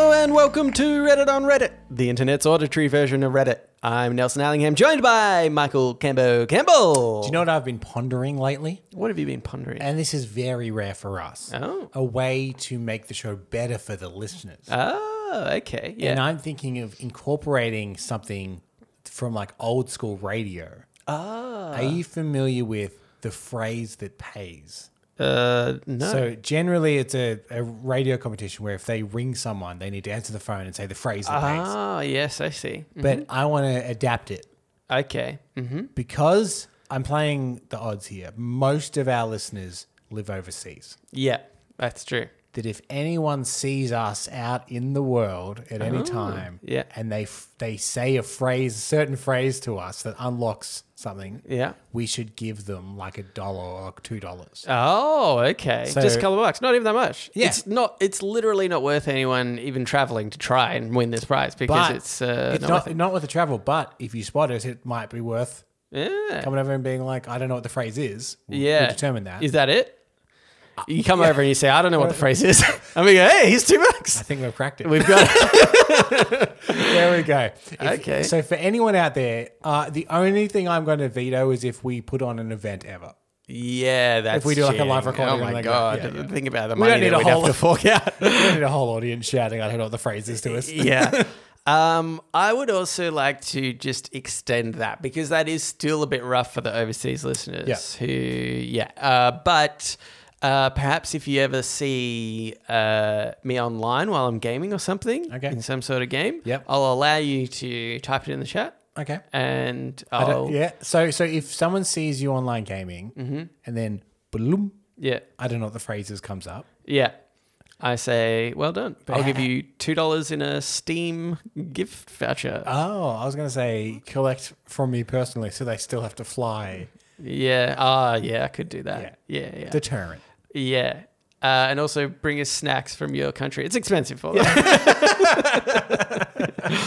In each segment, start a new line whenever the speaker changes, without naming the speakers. Welcome to Reddit on Reddit, the internet's auditory version of Reddit. I'm Nelson Allingham, joined by Michael Cambo Campbell.
Do you Eh. know what I've been pondering lately?
what have you been pondering?
And this is very rare for us.
Oh.
A way to make the show better for the listeners.
oh, okay.
And
Yeah.
I'm thinking of incorporating something from like old school radio.
Ah.
Are you familiar with the phrase that pays?
Uh, no.
So generally it's a, a radio competition where if they ring someone, they need to answer the phone and say the phrase that pays.
ah, yes, I see.
But I want to adapt it
Okay. Mm-hmm.
because I'm playing the odds here. Most of our listeners live overseas.
Yeah, that's true.
that if anyone sees us out in the world at any time,
Oh, yeah.
and they f- they say a phrase, a certain phrase to us that unlocks something,
Yeah.
we should give them like a dollar or like two dollars.
Oh, okay.
So-
Just a couple of bucks. Not even that much.
Yeah.
It's not. It's literally not worth anyone even traveling to try and win this prize because
But
it's, uh,
it's
not.
not
worth it.
not worth the travel, but if you spot us, it might be worth
Yeah.
coming over and being like, I don't know what the phrase is. We'll, we'll
Yeah.
determine that. Uh,
Is that it? You come over and you say, I don't know what the phrase is. I mean, hey, here's two
I
bucks.
think we've cracked it.
We've got
there we go. If-
Okay.
So for anyone out there, uh, the only thing I'm going to veto is if we put on an event ever.
Yeah, that's
If we do, like, a
cheating.
live recording
Oh
and
my
like that.
god.
Yeah, yeah.
Think about the
We
money
don't need
that
a
we'd
whole
have to fork out.
We need a whole audience shouting, I don't know what the phrase is to us.
yeah. Um, I would also like to just extend that because that is still a bit rough for the overseas listeners who, yeah. Uh, but uh, perhaps if you ever see uh, me online while I'm gaming or something
Okay.
in some sort of game,
Yep.
I'll allow you to type it in the chat
Okay. Oh.
and
I
I'll,
don't, yeah. So so if someone sees you online gaming and then bloom,
yeah,
I don't know what the phrase is comes up.
yeah. I say, well done. I'll give
ha-
you two dollars in a Steam gift voucher.
Oh, I was gonna say collect from me personally, so they still have to fly.
yeah. Ah, yeah. I could do that. Yeah. Yeah. Yeah.
Deterrent.
Uh, and also bring us snacks from your country. It's expensive for them.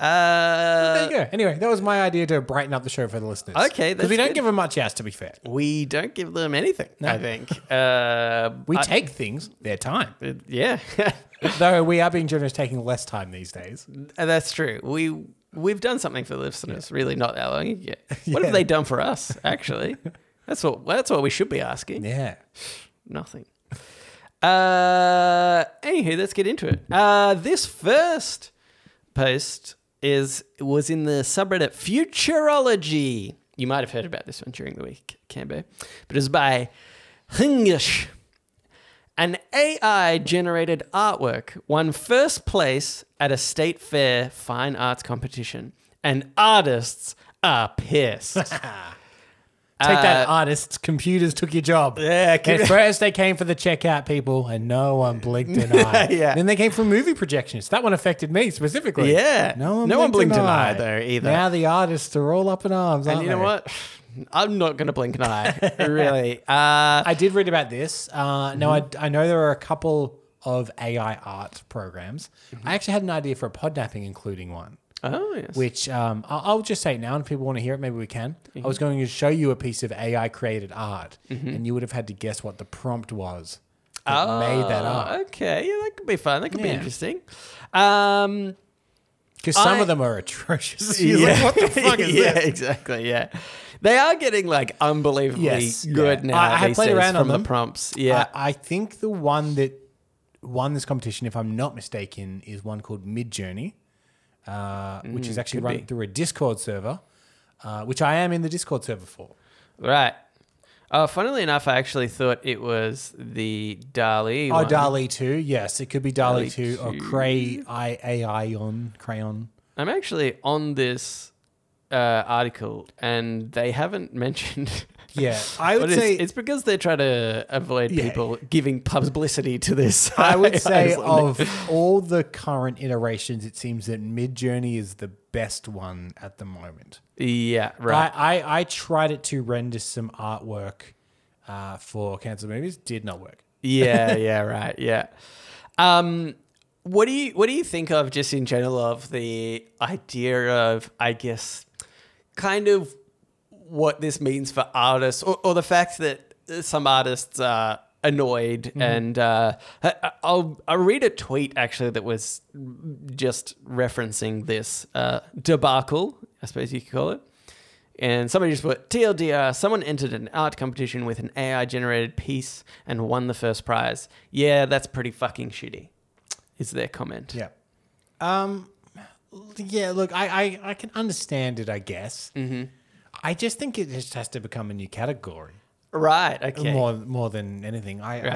Uh,
There you go. Anyway, that was my idea to brighten up the show for the listeners.
Okay,
because
that's
we don't
good.
give them much ass. To be fair,
we don't give them anything. I think. Uh,
we
I- uh,
take things their time,
yeah.
though we are being generous, taking less time these days.
Uh, That's true. We we've done something for the listeners. Really, not that long. Yeah. What
Yeah.
have they done for us? Actually, that's what that's what we should be asking.
Yeah.
nothing. Uh, anywho, let's get into it. Uh, this first post is was in the subreddit Futurology. You might have heard about this one during the week, Cambo, but it's by Hingish. An AI generated artwork won first place at a state fair fine arts competition, and artists are pissed.
Take that,
Uh,
artists. Computers took your job. Yeah. At first, they came for the checkout people, and no one blinked an eye.
Yeah.
Then they came for movie projections. That one affected me specifically.
Yeah.
No one,
No one blinked
blinked
an
an
eye,
eye
though, either.
Now the artists are all up in arms.
and
aren't
you know
they?
what? I'm not going to blink an eye, really. Uh,
I did read about this. Uh, Now
Mm-hmm.
I, I know there are a couple of AI art programs.
Mm-hmm.
I actually had an idea for a podnapping, including one.
oh, yes.
Which um, I- I'll just say it now, and if people want to hear it, maybe we can. I
Mm-hmm.
was going to show you a piece of AI created art, and you would have had to guess what the prompt was that made that art.
Oh, Ah, Okay, yeah, that could be fun. That could be
Yeah.
interesting. Um,
Because some
I-
of them are atrocious. You're like, what the fuck is
yeah,
this?
exactly. Yeah, they are getting like unbelievably
Yes,
good
yeah.
now.
I- I have
these
played
days
around on
from the
them.
prompts. Yeah.
I, I think the one that won this competition, if I'm not mistaken, is one called Midjourney, uh, which is actually run
Mm, be.
through a Discord server, uh, which I am in the Discord server for.
right. Uh, funnily enough, I actually thought it was the Dali.
Oh,
one.
Dali 2. Yes, it could be
Dall-E
Dali, 2 or
2.
Cray I, Aion, Crayon.
I'm actually on this uh, article, and they haven't mentioned.
Yeah, I would
But it's,
say
it's because they're trying to avoid
Yeah.
people giving publicity to this.
I would say
Iceland.
of all the current iterations, it seems that Midjourney is the best one at the moment.
yeah, right.
I, I, I tried it to render some artwork uh, for cancer movies. Did not work.
yeah, yeah, right. Yeah. Um, what do you what do you think of just in general of the idea of I guess kind of what this means for artists or, or the fact that some artists are annoyed.
Mm-hmm.
And uh, I, I'll I'll read a tweet actually that was just referencing this uh, debacle, I suppose you could call it. And somebody just put TLDR, someone entered an art competition with an AI generated piece and won the first prize. Yeah, that's pretty fucking shitty, is their comment.
Yeah. Um. Yeah. Look, I I, I can understand it. I guess. Mm-hmm. I just think it just has to become a new category
Right, okay.
more more than anything. I,
Right.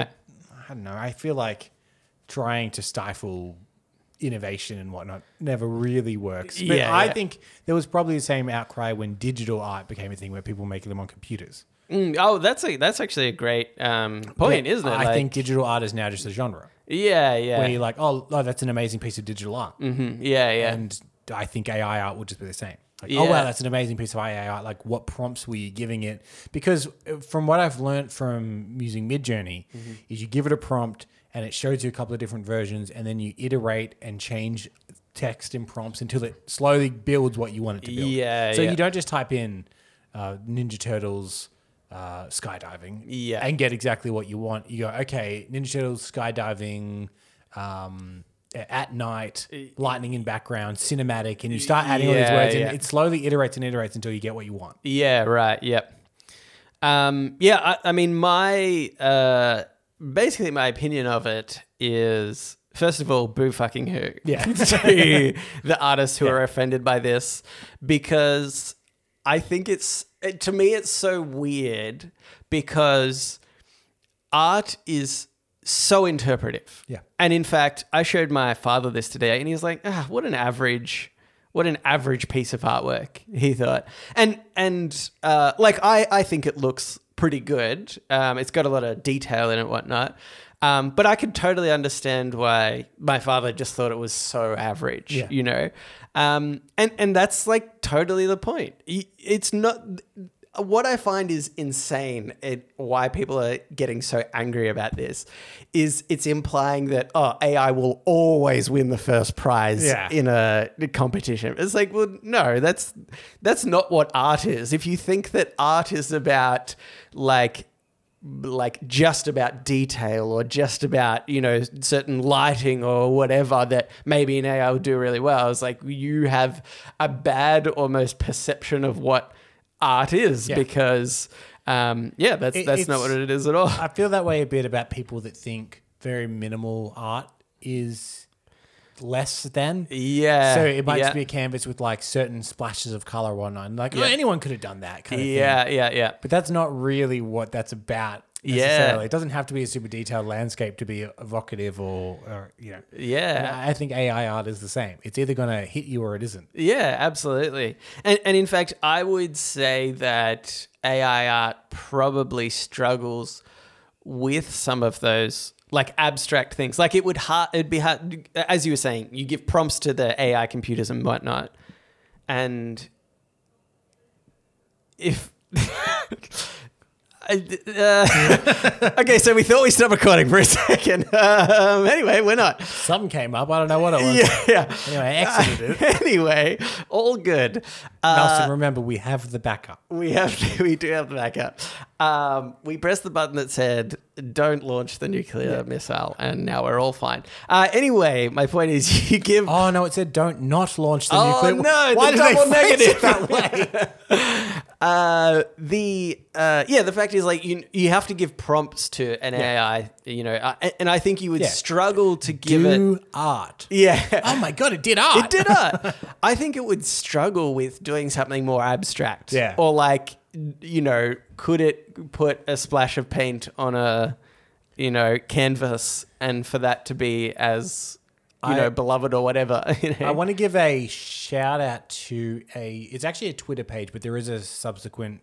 I I don't know. I feel like trying to stifle innovation and whatnot never really works. But
Yeah,
I
yeah.
think there was probably the same outcry when digital art became a thing where people were making them on computers.
Mm, oh, that's a, that's actually a great um, point,
But
isn't it?
I
Like,
think digital art is now just a genre
Yeah, yeah,
where you're like, oh, oh, that's an amazing piece of digital art.
Mhm, yeah, yeah.
and I think AI art will just be the same. Like,
Yeah.
Oh wow, that's an amazing piece of AI art. Like, what prompts were you giving it? Because uh, from what I've learned from using Midjourney,
Mm-hmm.
is you give it a prompt and it shows you a couple of different versions, and then you iterate and change text and prompts until it slowly builds what you want it to build.
Yeah,
So
yeah.
you don't just type in uh, Ninja Turtles. Uh, skydiving,
Yeah.
and get exactly what you want. You go, okay, Ninja Turtles skydiving, um, at night, lightning in background, cinematic, and you start adding all these
Yeah,
words,
yeah.
and it slowly iterates and iterates until you get what you want.
Yeah, right. Yep. Um, yeah, I, I mean, my uh, basically my opinion of it is first of all, boo fucking who?
Yeah.
to the artists who are offended by this because I think it's it, to me it's so weird because art is so interpretive.
Yeah.
And in fact, I showed my father this today, and he was like, ah, "What an average, what an average piece of artwork." He thought, and and uh, like I, I think it looks pretty good. Um, it's got a lot of detail in it, and whatnot. Um, but I could totally understand why my father just thought it was so average,
Yeah.
you know. Um, and and that's like totally the point. Y- It's not what I find is insane at why people are getting so angry about this is it's implying that oh AI will always win the first prize
Yeah.
in a competition. It's like well no that's that's not what art is. If you think that art is about like like just about detail or just about you know certain lighting or whatever that maybe an AI will do really well. It's like you have a bad almost perception of what art is
Yeah.
because um, yeah, that's
It-
that's not
it's-
what it is at all.
I feel that way a bit about people that think very minimal art is less than.
yeah,
So it might
yeah.
just be a canvas with like certain splashes of color or whatnot. And like, oh,
Yeah.
anyone could have done that kind of thing.
yeah, yeah, yeah.
But that's not really what that's about.
Yeah.
Necessarily. It doesn't have to be a super detailed landscape to be evocative or, or you know. And
Yeah.
I think AI art is the same. It's either going to hit you or it isn't.
Yeah, absolutely. And and in fact, I would say that AI art probably struggles with some of those like abstract things. Like it would hard, it'd be hard as you were saying, you give prompts to the AI computers and whatnot. And if I- uh, okay, so we thought we stopped recording for a second. Um, anyway, we're not.
Something came up. I don't know what it was.
Yeah.
Anyway, I exited it.
anyway, all good. Uh,
Nelson, remember, we have the backup.
we have to, we do have the backup. Um, we pressed the button that said "Don't launch the nuclear missile," and now we're all fine. Uh, anyway, my point is, you give.
Oh, no, it said don't not launch the
Oh,
nuclear
no,
Why
the
did they
double
phrase
negative.
it that way?
Uh, the uh, yeah, the fact is, like you you have to give prompts to an AI. You know, uh, and- and I think you would
Yeah.
struggle to give it.
Do art.
Yeah.
Oh, my God, it did art.
It did not. I think it would struggle with doing something more abstract.
Yeah.
Or like, you know, could it put a splash of paint on a, you know, canvas and for that to be as, you
I-
know, beloved or whatever. You know?
I want to give a shout out to a. It's actually a Twitter page, but there is a subsequent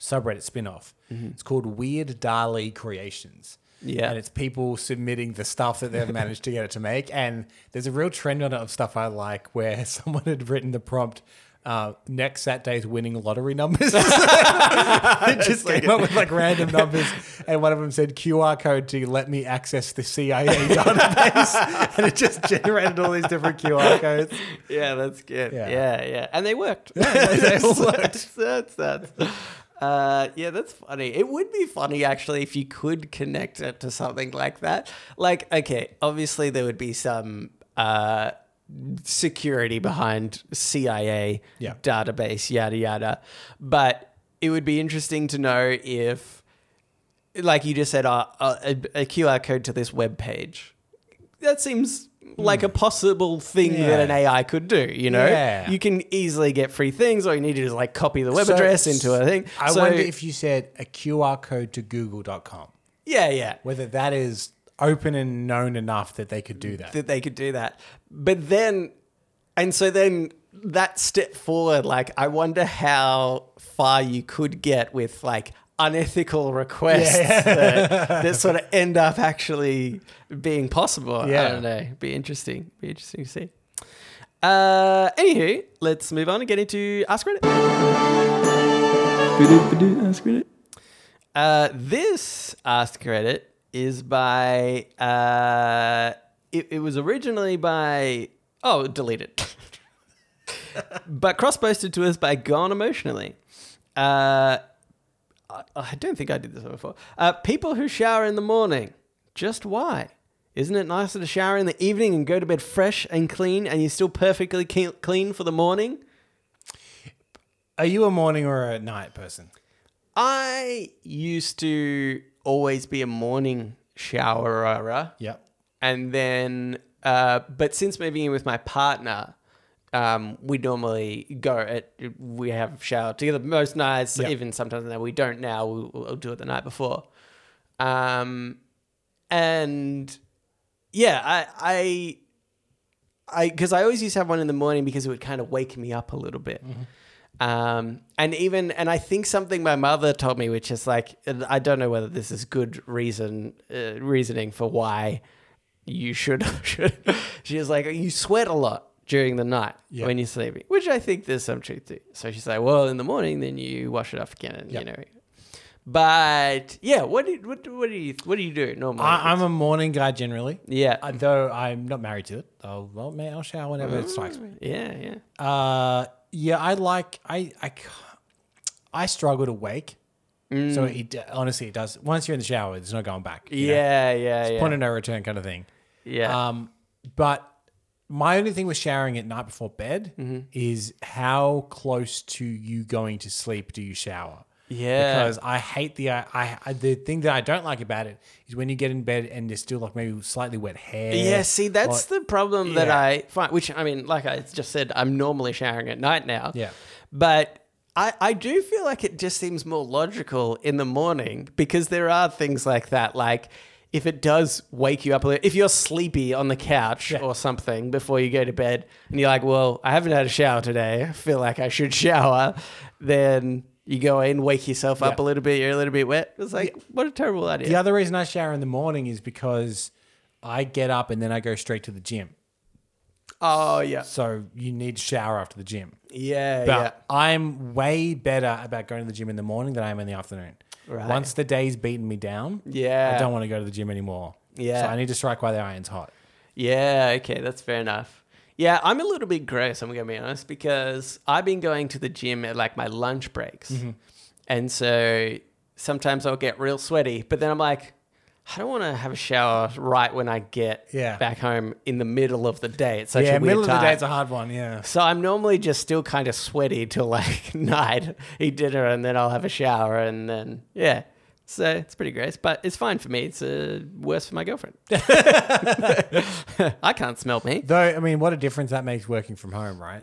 subreddit spin off. It's called Weird Dali Creations.
Yeah.
And it's people submitting the stuff that they've managed to get it to make. And there's a real trend on it of stuff I like where someone had written the prompt. Uh, next Saturday's winning lottery numbers. it just came up with like random numbers, and one of them said QR code to let me access the CIA database, and it just generated all these different QR codes.
yeah, that's good. Yeah.
Yeah.
yeah, And they worked.
they all
That's- that's- that's- Uh, yeah, that's funny. It would be funny actually if you could connect it to something like that. Like, okay, obviously there would be some uh, security behind CIA
Yeah.
database, yada yada. But it would be interesting to know if, like you just said, uh, uh, a, a QR code to this web page. That seems like a possible thing that
Hmm. Yeah.
an AI could do. You know,
Yeah.
you can easily get free things. All you need to do is like copy the web
So,
address into a thing.
I
So-
wonder if you said a QR code to google.com,
yeah, yeah,
whether that is open and known enough that they could do that.
that they could do that. But then, and so then that step forward, like, I wonder how far you could get with like unethical requests That, that sort of end up actually being possible. I
Yeah.
don't know. Be interesting. Be interesting to see. Uh, anywho, let's move on and get into Ask Reddit. Ask Reddit. Uh, this Ask Reddit is by. Uh, it, it was originally by. Oh, deleted. but cross posted to us by Gone Emotionally. Uh, I, I don't think I did this one before. Uh, people who shower in the morning. Just why? Isn't it nicer to shower in the evening and go to bed fresh and clean and you're still perfectly ke- clean for the morning?
Are you a morning or a night person?
I used to always be a morning showerer.
Yep.
And then, uh, but since moving in with my partner, um, we normally go at, we have shower together most nights,
Yeah.
even sometimes now we don't now, we, we'll do it the night before. Um, and yeah, I, I, I, because I always used to have one in the morning because it would kind of wake me up a little bit.
Mm-hmm.
Um, and even, and I think something my mother told me, which is like, and I don't know whether this is good reason, uh, reasoning for why you should, should. She was like, you sweat a lot during the night
Yeah.
when you're sleeping, which I think there's some truth to. So she's like, well, in the morning, then you wash it off again, and, you
Yeah.
know. But yeah, what do what, do- what do you what do you do normally?
I, I'm a morning guy generally,
yeah,
uh, though I'm not married to it. I'll, well, man, I'll shower whenever it strikes me.
yeah, yeah.
Uh, yeah, I like I I c- I struggle to wake. So it d- honestly, it does. Once you're in the shower, there's no going back. you know?
Yeah, yeah, yeah.
point of no return kind of thing.
yeah.
Um, but my only thing with showering at night before bed is how close to you going to sleep do you shower?
Yeah.
because I hate the uh, I, I the thing that I don't like about it is when you get in bed and there's still like maybe slightly wet hair.
Yeah, see, that's the problem that
Yeah.
I find. Which I mean, like I just said, I'm normally showering at night now.
Yeah.
but I I do feel like it just seems more logical in the morning because there are things like that, like. If it does wake you up a little, if you're sleepy on the couch or something before you go to bed, and you're like, "Well, I haven't had a shower today. I feel like I should shower," then you go in, wake yourself up a
Yeah.
little bit. You're a little bit wet. It's like, what a terrible idea.
The other reason I shower in the morning is because I get up and then I go straight to the gym.
Oh yeah,
So you need to shower after the gym.
yeah,
But I'm way better about going to the gym in the morning than I am in the afternoon.
Right.
Once the day's beaten me down,
yeah.
I don't want to go to the gym anymore.
Yeah.
So I need to strike while the iron's hot.
Yeah, okay, that's fair enough. Yeah, I'm a little bit gross, I'm gonna be honest, because I've been going to the gym at like my lunch breaks.
Mm-hmm.
And so sometimes I'll get real sweaty, but then I'm like, I don't want to have a shower right when I get
Yeah.
back home in the middle of the day. It's such a
yeah,
weird
middle of the
time.
day is a hard one. Yeah.
So I'm normally just still kind of sweaty till like night, eat dinner, and then I'll have a shower, and then yeah. So it's pretty gross, but it's fine for me. It's uh, worse for my girlfriend. I can't smell me.
Though, I mean, what a difference that makes working from home, right?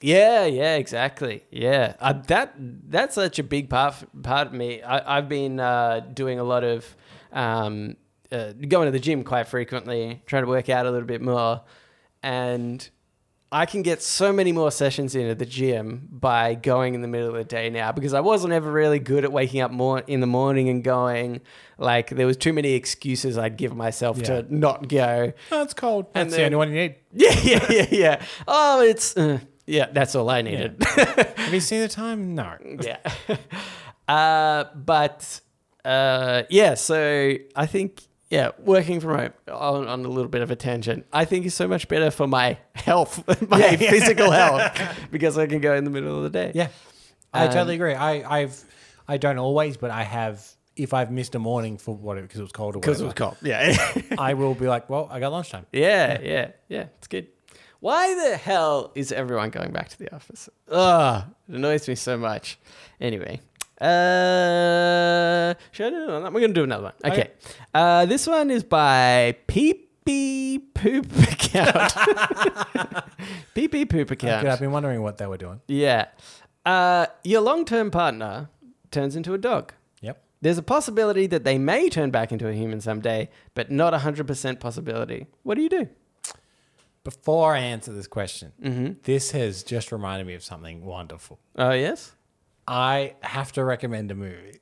Yeah, yeah, exactly. Yeah, uh, that that's such a big part part of me. I, I've been uh, doing a lot of um, uh, going to the gym quite frequently, trying to work out a little bit more, and I can get so many more sessions in at the gym by going in the middle of the day now because I wasn't ever really good at waking up more in the morning and going. Like there was too many excuses I'd give myself
Yeah.
to not go.
Oh, it's cold. That's
then-
the only one you need.
Yeah, yeah, yeah, yeah. Oh, it's uh, yeah. That's all I needed.
Have you seen the time? No.
yeah. Uh, but uh, yeah, so I think yeah, working from home on, on a little bit of a tangent, I think is so much better for my health, my physical health, because I can go in the middle of the day.
Yeah. I
Um,
totally agree. I, I've I don't always, but I have. If I've missed a morning for whatever because it was cold or
Because it
whatever,
was cold. Yeah.
I will be like, well, I got lunchtime.
Yeah, yeah, yeah. It's good. Why the hell is everyone going back to the office? Ugh, it annoys me so much. Anyway, uh, should I do another one? We're gonna do another one. Okay. Uh, this one is by Peepee Poop Account. Peepee Poop
Good, I've
Account.
been wondering what they were doing.
Yeah. Uh, your long-term partner turns into a dog.
Yep.
There's a possibility that they may turn back into a human someday, but not a hundred percent possibility. What do you do?
Before I answer this question,
Mm-hmm.
this has just reminded me of something wonderful.
Oh yes.
I have to recommend a movie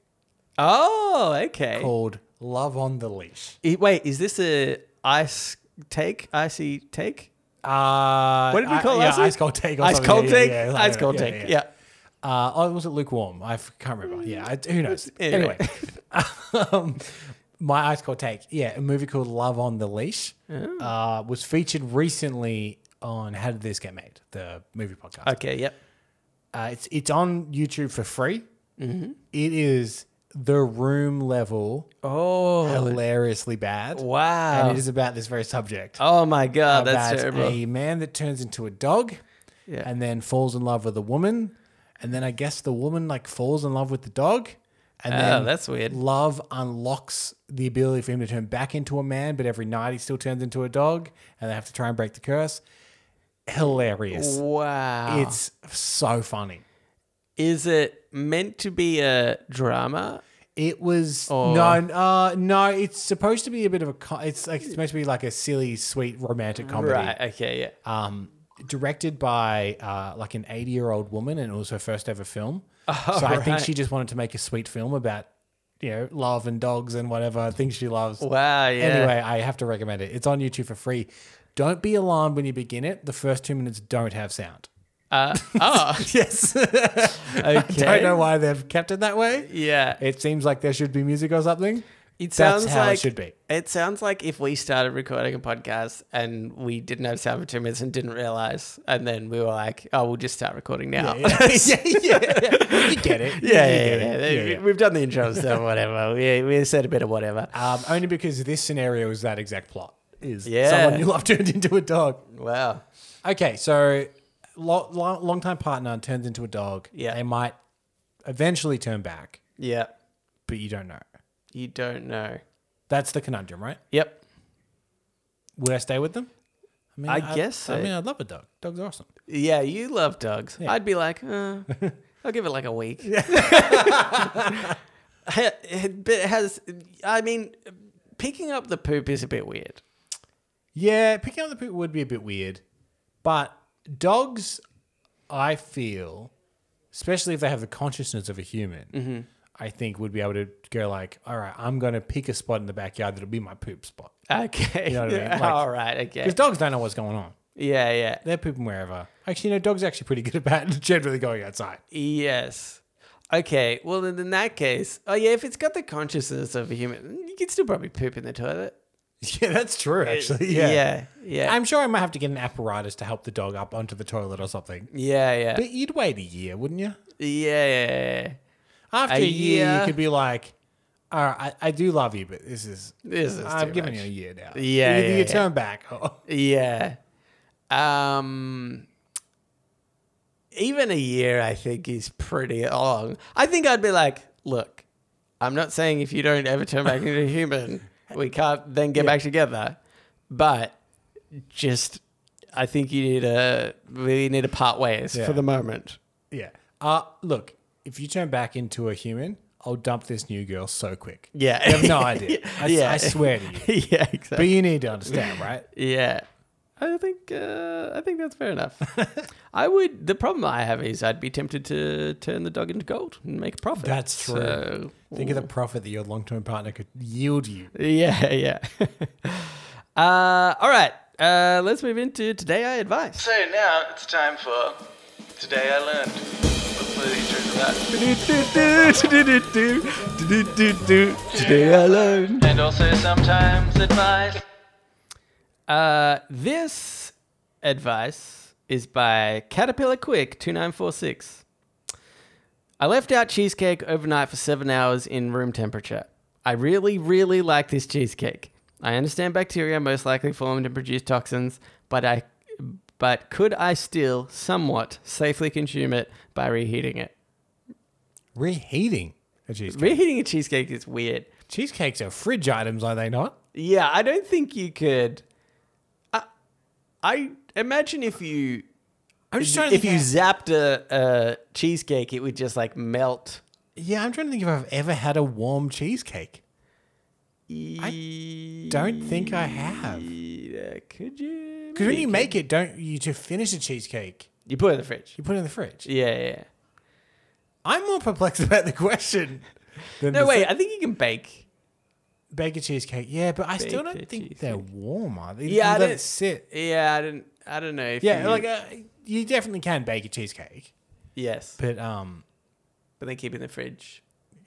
Oh, okay.
called Love on the Leash.
I- Wait, is this a ice take? Icy take?
Uh,
What did we
I-
call
yeah,
last week?
Ice cold take. Or
Ice
something.
cold
Yeah,
take?
yeah, yeah,
ice
yeah,
cold
yeah,
take.
yeah.
Yeah.
Uh, oh, was it lukewarm? I f- can't remember. Yeah, I, who knows?
Mm. Anyway.
Anyway, um, my ice cold take. Yeah, a movie called Love on the Leash
Oh.
uh, was featured recently on How Did This Get Made, the movie podcast.
Okay, yep.
Uh, it's it's on YouTube for free.
Mm-hmm.
It is the room level,
Oh,
hilariously bad,
wow.
and it is about this very subject
oh my god,
about
that's terrible.
a man that turns into a dog
Yeah.
and then falls in love with a woman and then i guess the woman like falls in love with the dog and
Oh,
then
that's weird.
love unlocks the ability for him to turn back into a man but every night he still turns into a dog and they have to try and break the curse hilarious
Wow.
it's so funny
is it meant to be a drama?
it was
Or-
no, uh, no. It's supposed to be a bit of a. Co- it's like it's supposed to be like a silly, sweet romantic comedy.
Right, okay, yeah.
um, directed by uh, like an 80 year old woman, and it was her first ever film. so I think
Oh, right.
she just wanted to make a sweet film about, you know, love and dogs and whatever things she loves.
Wow, yeah.
Anyway, I have to recommend it. It's on YouTube for free. Don't be alarmed when you begin it. The first two minutes don't have sound.
Uh, oh,
Yes.
okay.
I don't know why they've kept it that way.
Yeah.
It seems like there should be music or something.
It
That's
sounds
how it
like
should be.
It sounds like if we started recording a podcast and we didn't have sound for two minutes and didn't realize, and then we were like, "Oh, we'll just start recording now." Yeah,
yeah, yeah. You get it. You
yeah, yeah.
get it.
They- We've done the intro stuff, whatever. We we said a bit of whatever.
Um, only because this scenario is that exact plot. Is
Yeah.
someone you love turned into a dog?
Wow.
Okay, so lo- lo- long time partner turns into a dog.
Yeah.
they might eventually turn back,
Yeah,
but you don't know.
you don't know.
That's the conundrum, right?
Yep.
Would I stay with them? mean,
I guess
I
so.
mean, I love a dog. Dogs are awesome.
Yeah, you love dogs. I'd be like, uh, I'll give it like a week. but it has, I mean, picking up the poop is a bit weird.
Yeah, picking up the poop would be a bit weird, but dogs, I feel, especially if they have the consciousness of a human,
Mm-hmm.
I think would be able to go like, all right, I'm going to pick a spot in the backyard that'll be my poop spot.
Eh. Okay.
know what I mean? Like-
All right. Okay.
Because dogs don't know what's going on.
Yeah. Yeah.
They're pooping wherever. Actually, no, dogs are actually pretty good about generally going outside.
Yes. Okay. Well, then in that case, oh yeah, if it's got the consciousness of a human, you can still probably poop in the toilet.
Yeah, that's true, actually. Yeah.
Yeah. Yeah.
I'm sure I might have to get an apparatus to help the dog up onto the toilet or something.
yeah. Yeah.
But you'd wait a year, wouldn't you?
Yeah. Yeah. yeah.
After
A
a, year,
year.
you could be like, all right, I, I do love you, but this is.
This is
I've
too
given
much.
you a year now.
Yeah, yeah,
Either you
yeah.
turn back. Or,
Yeah. Um. Even a year, I think, is pretty long. I think I'd be like, look, I'm not saying if you don't ever turn back into a human, we can't then get back together, but just. I think you need a we need a part ways
Yeah.
for the moment.
yeah. Uh, look, if you turn back into a human, I'll dump this new girl so quick.
Yeah.
You have no idea. I,
Yeah.
I swear to you.
yeah, exactly.
But you need to understand, right?
Yeah. I think uh, I think that's fair enough. I would. The problem I have is I'd be tempted to turn the dog into gold and make a profit.
That's true.
So,
Think of the profit that your long term partner could yield you.
yeah, yeah. uh, all right. Uh, let's move into today I advise.
So now it's time for Today I Learned. Let's play these tunes about.
Today I learned.
And also sometimes advice.
Uh, this advice is by Caterpillar Quick two nine four six. I left out cheesecake overnight for seven hours in room temperature. I really, really like this cheesecake. I understand bacteria are most likely formed and produce toxins, but I, but could I still somewhat safely consume it by reheating it?
Reheating a cheesecake.
Reheating a cheesecake is weird.
Cheesecakes are fridge items, are they not?
Yeah, I don't think you could. I, I imagine if you
I'm just trying to
if
think.
you
how-
zapped a, a cheesecake, it would just like melt.
yeah, I'm trying to think if I've ever had a warm cheesecake. Don't think I have.
Yeah, could you?
Because when you make it, don't you to finish a cheesecake,
You put it in the fridge.
you put it in the fridge.
Yeah, yeah.
I'm more perplexed about the question. Than
No,
the
wait.
se-
I think you can bake.
bake a cheesecake. Yeah, but I still
Bake a
don't think they're
cheesecake.
warm. Are they?
Yeah,
You
I
let
don't-
it sit.
Yeah, I didn't. I don't know. If
Yeah,
you,
like uh, you definitely can bake a cheesecake,
yes,
but um,
but they keep it in the fridge.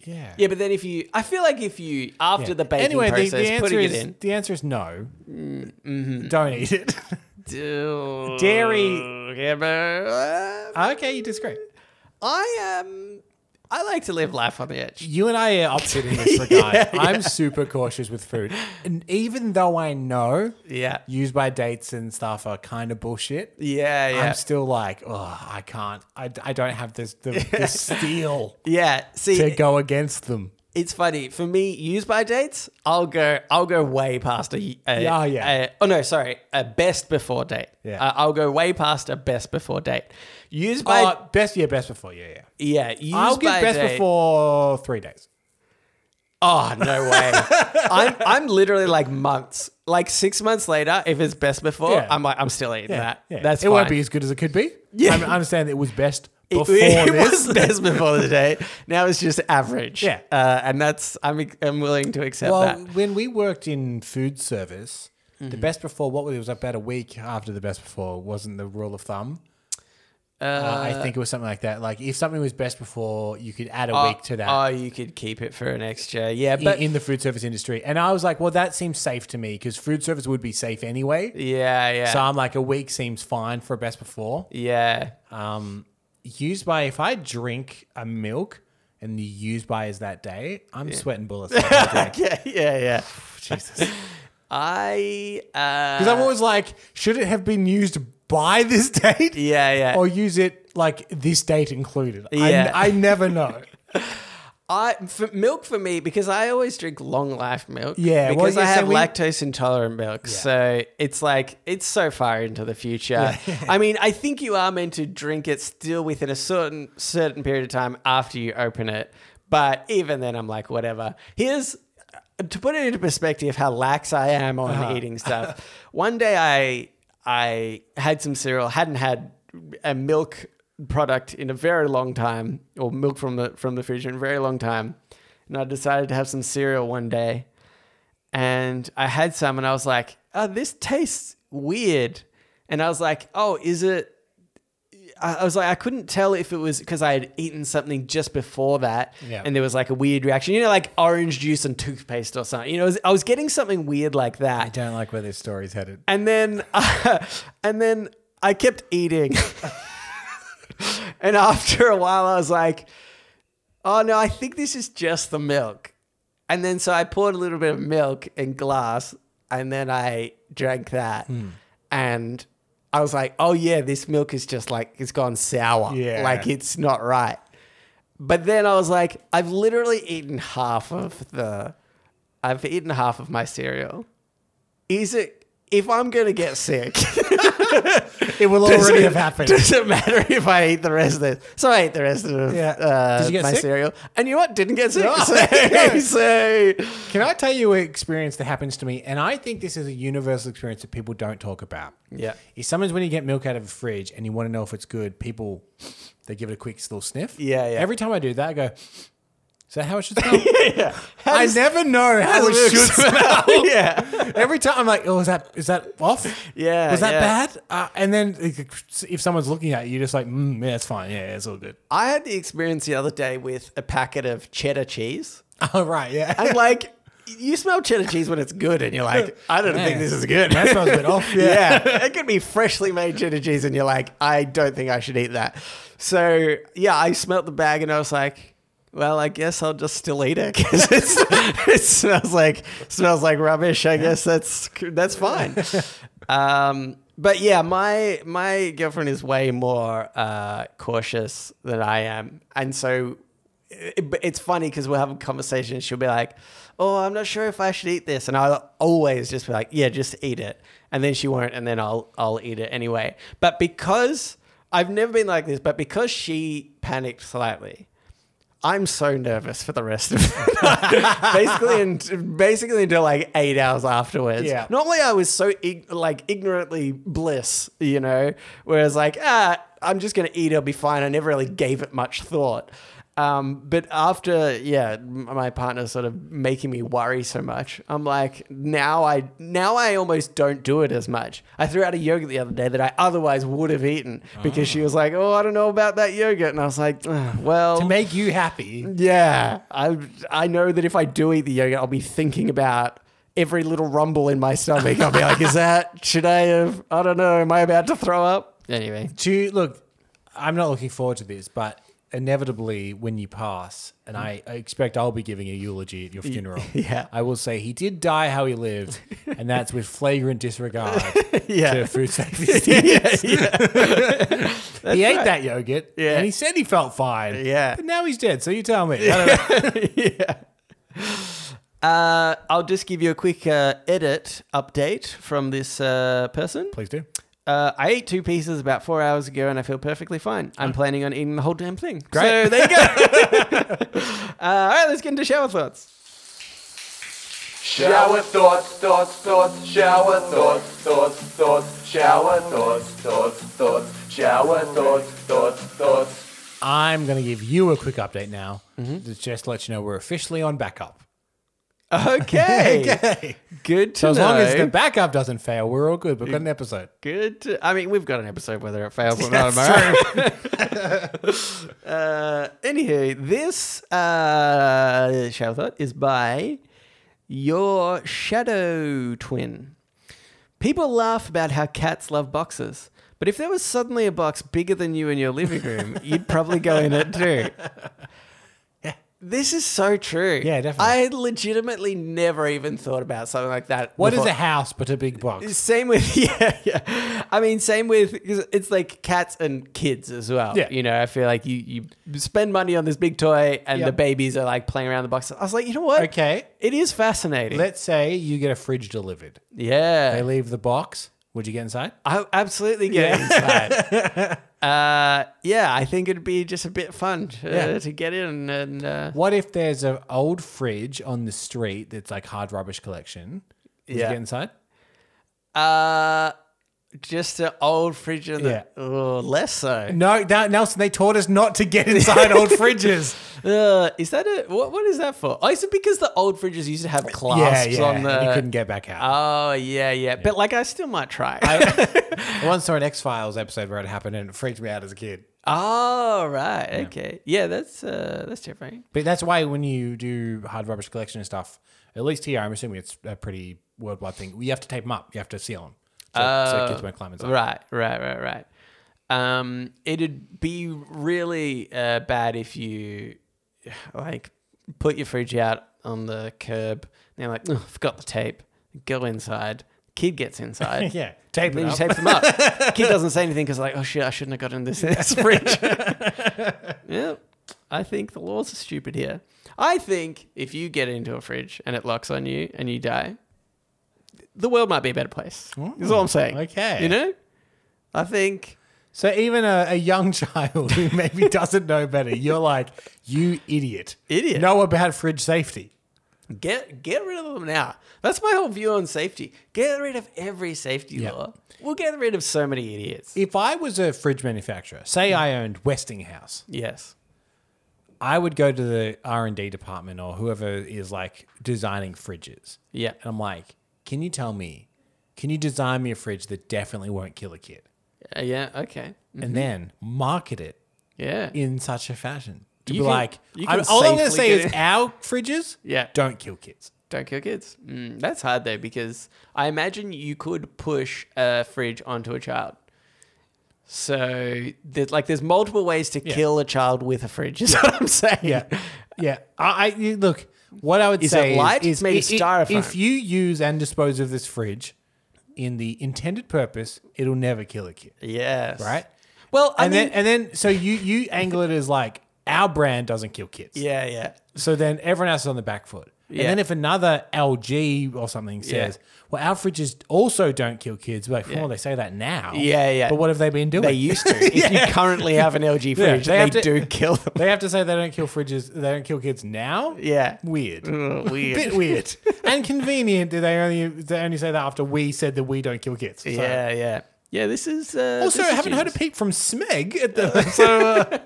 yeah,
Yeah, but then if you, I feel like if you after
Yeah.
the baking
anyway,
process,
the, the answer
putting
is
it in. Mm-hmm.
the answer is no. Don't eat it.
Dude.
Dairy-
Yeah, but, uh,
okay, you disagree.
I um, I like to live life on the edge.
You and I are opposite in this regard. I'm super cautious with food, and even though I know
Yeah.
use by dates and stuff are kind of bullshit.
Yeah, yeah.
I'm still like, oh, I can't. I, I don't have this the, the steel
yeah. See,
to go against them.
it's funny for me. Use by dates, I'll go. I'll go way past a. a
Yeah, oh, yeah.
a- oh no, sorry. A best before date.
Yeah.
Uh, I'll go way past a best before date. Use by
oh, best yeah, best before yeah, yeah.
yeah. Use
I'll give
by
best
date-
before three days.
Oh no way! I'm I'm literally like months, like six months later. If it's best before,
Yeah.
I'm like I'm still eating
Yeah,
that.
yeah.
That's
it won't
fine.
be as good as it could be.
Yeah.
I mean, I understand it was best
It-
before
it
this.
was best before the date. Now it's just average.
Yeah.
uh, and that's I'm I'm willing to accept
Well,
that.
when we worked in food service,
Mm-hmm.
the best before what was it was about a week after the best before wasn't the rule of thumb. Uh, I think it was something like that. Like if something was best before, you could add a week to that.
Oh, you could keep it for an extra. Yeah,
in,
but
in the food service industry. And I was like, well, that seems safe to me because food service would be safe anyway.
yeah, yeah,
So I'm like, a week seems fine for a best before.
yeah.
Um, used by, if I drink a milk and the used by is that day, I'm sweating bullets. Because
Yeah, yeah, yeah. I uh
I'm always like, should it have been used by this date?
yeah, yeah.
Or use it like this date included? I-
Yeah.
I, never know.
I for milk for me because I always drink long life milk.
Yeah, well,
because I
yeah, so
have
we-
lactose intolerant milk, so it's like it's so far into the future. I mean, I think you are meant to drink it still within a certain certain period of time after you open it, but even then, I'm like, whatever. Here's to put it into perspective how lax I am on eating stuff. One day, I I had some cereal, hadn't had a milk product in a very long time, or milk from the from the fridge in a very long time. And I decided to have some cereal one day, and I had some, and I was like, "Oh, this tastes weird." And I was like, "Oh, is it?" I I was like, I couldn't tell if it was because I had eaten something just before that,
Yeah.
and there was like a weird reaction. You know, like orange juice and toothpaste or something. You know, I was, I was getting something weird like that.
I don't like where this story's headed.
And then, and then I kept eating. and after a while, I was like, "Oh no, I think this is just the milk." And then, so I poured a little bit of milk in glass, and then I drank that, and I was like, "Oh yeah, this milk is just like it's gone sour.
Yeah.
Like it's not right." But then I was like, "I've literally eaten half of the, I've eaten half of my cereal." is it if I'm gonna get sick,
It will
does
already
it-
have happened.
Does it matter if I eat the rest of this? So I ate the rest of
Yeah.
uh,
Did you get
my
sick?
cereal, and you know what? Didn't get sick.
No.
So, so-
Can I tell you an experience that happens to me? And I think this is a universal experience that people don't talk about.
Yeah.
Is sometimes when you get milk out of a fridge and you want to know if it's good, people they give it a quick little sniff.
Yeah, yeah.
Every time I do that, I go, "Is that how it should smell?"
yeah,
I never know how it
does milk
should smell.
yeah,
Every time I'm like, "Oh, is that is that off?
Yeah,
was that
yeah.
bad?" Uh, and then if someone's looking at you, you're just like, mm, "Yeah, it's fine. Yeah, it's all good."
I had the experience the other day with a packet of cheddar cheese,
Oh, right, yeah.
and like you smell cheddar cheese when it's good, and you're like, I don't think this is good.
That smells a bit off. Yeah.
yeah, it could be freshly made cheddar cheese, and you're like, I don't think I should eat that. So yeah, I smelt the bag, and I was like, well, I guess I'll just still eat it because it smells like smells like rubbish. I guess that's that's fine. um, but yeah, my my girlfriend is way more uh, cautious than I am, and so it- but it's funny because we'll have a conversation. And she'll be like, "Oh, I'm not sure if I should eat this," and I'll always just be like, "Yeah, just eat it," and then she won't, and then I'll I'll eat it anyway. But because I've never been like this, but because she panicked slightly, I'm so nervous for the rest of the night. basically, and basically until like eight hours afterwards.
Yeah.
Normally, I was so ig- like ignorantly bliss, you know, whereas like ah, I'm just gonna eat. I'll be fine. I never really gave it much thought. Um, but after yeah, m- my partner sort of making me worry so much, I'm like now I now I almost don't do it as much. I threw out a yogurt the other day that I otherwise would have eaten because she was like, "Oh, I don't know about that yogurt," and I was like, "Ah, "Well,
To make you happy.
yeah, I I know that if I do eat the yogurt, I'll be thinking about every little rumble in my stomach. I'll be like, is that should I have? I don't know. Am I about to throw up? Anyway,
To look, I'm not looking forward to this, but inevitably when you pass, and I, I expect I'll be giving a eulogy at your funeral.
Mm. yeah.
I will say he did die how he lived, and that's with flagrant disregard
Yeah.
to food safety.
yeah, yeah,
he ate that yogurt,
Yeah.
and he said he felt fine.
yeah.
But now he's dead, so you tell me. I don't know.
Uh, I'll just give you a quick uh, edit update from this uh, person.
Please do.
Uh, I ate two pieces about four hours ago, and I feel perfectly fine.
Ah.
I'm planning on eating the whole damn thing. So there you go. uh, all right, let's get into shower thoughts.
Shower thoughts, thoughts, thoughts, shower thoughts, thoughts, thoughts, shower thoughts, thoughts, thoughts, shower thoughts, thoughts, thoughts.
I'm going to give you a quick update now to just let you know we're officially on backup.
Okay. Good to
So as
know.
long as the backup doesn't fail, we're all good. We've got an episode.
Good. to- I mean, we've got an episode whether it fails or not. Am I right?
Sorry.
Uh, anywho, this uh, shower thought is by your shadow twin. People laugh about how cats love boxes, but if there was suddenly a box bigger than you in your living room, you'd probably go in it too. This is so true.
Yeah, definitely.
I had legitimately never even thought about something like that.
What is
before.
a house but a big box?
Same with yeah, yeah. I mean, same with 'cause it's like cats and kids as well.
Yeah.
you know, I feel like you you spend money on this big toy, and the
Yep.
babies are like playing around the box. I was like, you know what?
Okay.
it is fascinating.
Let's say you get a fridge delivered. They
yeah,
leave the box. Would you get inside?
I absolutely get inside. uh, yeah, I think it'd be just a bit fun uh,
Yeah.
to get in and uh,
What if there's an old fridge on the street that's like hard rubbish collection? Would
Yeah.
you get inside?
uh, just an old fridge. In the,
Yeah.
oh, less so.
No, that, Nelson, they taught us not to get inside old fridges.
Uh, is that it? What, what is that for? Oh, is it because the old fridges used to have clasps on
and
the?
you couldn't get back out.
Oh yeah, yeah, But like, I still might try.
I once saw an X Files episode where it happened and it freaked me out as a kid.
oh right, okay, yeah. That's uh, that's terrifying.
But that's why when you do hard rubbish collection and stuff, at least here, I'm assuming it's a pretty worldwide thing. You have to tape them up. You have to seal them. So, so kids won't climb inside.
Right, right, right, right. Um, it'd be really uh, bad if you like put your fridge out on the curb. And you're like, oh, forgot the tape. Go inside. Kid gets inside.
Yeah, tape
Then
it
you
up.
tape them up. Kid doesn't say anything because like, oh shit, I shouldn't have gotten this in this fridge. yeah, I think the laws are stupid here. I think if you get into a fridge and it locks on you and you die, the world might be a better place. That's all I'm saying.
okay.
you know, I think
so even a, a young child who maybe doesn't know better, you're like, you idiot.
Idiot.
Know about fridge safety.
get get rid of them now. That's my whole view on safety. Get rid of every safety
Yeah.
law. We'll get rid of so many idiots.
If I was a fridge manufacturer, say I owned Westinghouse,
Yes.
I would go to the R&D department or whoever is like designing fridges.
Yeah.
And I'm like, can you tell me, can you design me a fridge that definitely won't kill a kid?
Uh, yeah. Okay.
and then market it
Yeah.
in such a fashion to
You
be
can-
like,
you
I'm,
can
all I'm going to
safely
say
get
is
it.
our fridges
Yeah.
don't kill kids.
Don't kill kids. Mm, that's hard though because I imagine you could push a fridge onto a child. So there's like there's multiple ways to kill a child with a fridge. Is what I'm saying.
Yeah, yeah. I, I you- look. What I would
Is
say
it light?
is, is
Maybe
i- i-
styrofoam.
If you use and dispose of this fridge in the intended purpose, it'll never kill a kid,
Yes.
right?
Well, I
and
mean,
then and then so you you angle it as like our brand doesn't kill kids.
yeah, yeah.
So then everyone else is on the back foot.
Yeah.
And then if another LG or something says, well, our fridges also don't kill kids, we're like, well, they say that now.
Yeah, yeah.
But what have they been doing?
They used to. If you currently have an LG fridge,
they have
they,
to-
do kill them.
They have to say they don't kill fridges, they don't kill kids now?
Yeah.
Weird.
Ugh, weird.
Bit weird. and convenient. Do they only they only say that after we said that we don't kill kids? So-
Yeah, yeah, yeah. This is uh,
Also,
this
I
is
haven't heard a
Jesus.
peep from Smeg at the. So, uh,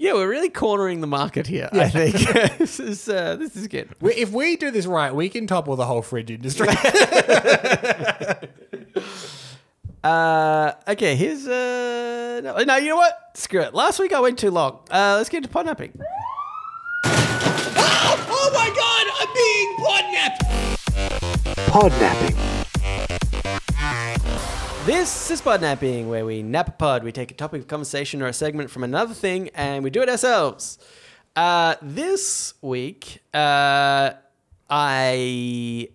Yeah, we're really cornering the market here. I think this is uh, this is good.
we- if we do this right, we can topple the whole fridge industry.
Uh, okay, here's uh, no, no, you know what? Screw it. Last week I went too long. Uh, let's get to pod napping.
oh my god, I'm being podnapped!
This is pod napping, where we nap a pod. We take a topic of conversation or a segment from another thing, and we do it ourselves. Uh, this week, uh, I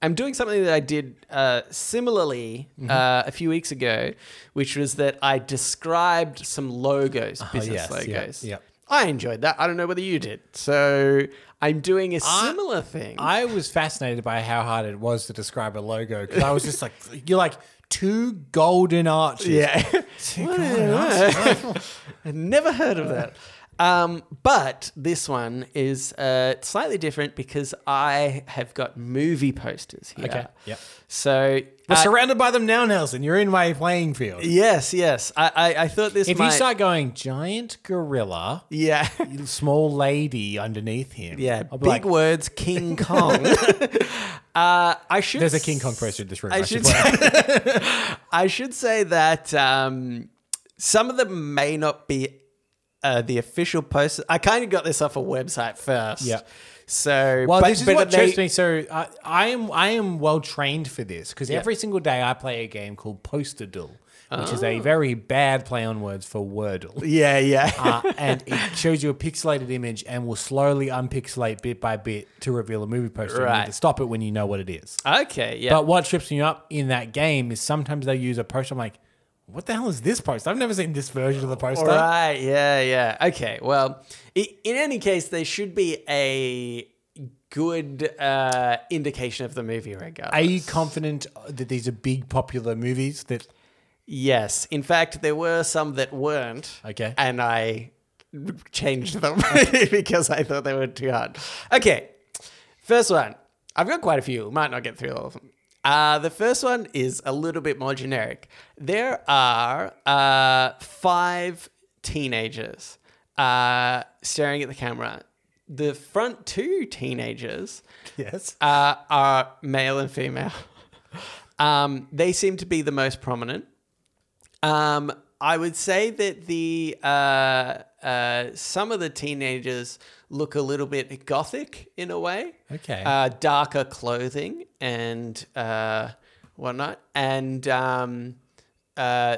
am doing something that I did uh, similarly
Mm-hmm.
uh, a few weeks ago, which was that I described some logos, business
Uh-huh, yes, yeah,
logos.
yeah.
I enjoyed that. I don't know whether you did. So I'm doing a
I-
similar thing.
I was fascinated by how hard it was to describe a logo because I was just like, you're like two golden arches.
yeah.
Two golden arches.
I'd never heard of that. Um, but this one is uh, slightly different because I have got movie posters here.
Okay, yep.
Uh, So, uh,
We're surrounded by them now, Nelson. You're in my playing field.
yes, yes. I, I, I thought this
If
might.
you start going giant gorilla,
yeah.
small lady underneath him.
Yeah,
I'll
big
be like,
words, King Kong. uh, I should.
There's a King Kong poster in this room.
I
I
should
should point out.
I should say that um, some of them may not be uh, the official posters. I kind of got this off a website first.
Yeah.
So,
Well,
but-
this is
but
what
they-
trips me. So I, I am I am well trained for this because every single day I play a game called Poster Duel, which is
Oh.
a very bad play on words for Wordle.
Yeah, yeah.
uh, and it shows you a pixelated image and will slowly unpixelate bit by bit to reveal a movie poster. You
Right.
need to stop it when you know what it is.
Okay, yeah.
Ah. But what trips me up in that game is sometimes they use a poster. I'm like, what the hell is this poster? I've never seen this version of the poster.
right, yeah, yeah. Okay, well, i- in any case, there should be a good uh, indication of the movie regard.
Are you confident that these are big popular movies that
yes, in fact, there were some that weren't.
Okay.
and I changed them because I thought they were too hard. Okay, first one. I've got quite a few. Might not get through all of them. Uh, the first one is a little bit more generic. There are uh, five teenagers uh, staring at the camera. The front two teenagers
yes?
uh, are male and female. Um, they seem to be the most prominent. Um, I would say that the uh, uh, some of the teenagers look a little bit gothic in a way.
Okay.
Uh, darker clothing and uh, whatnot, and um, uh,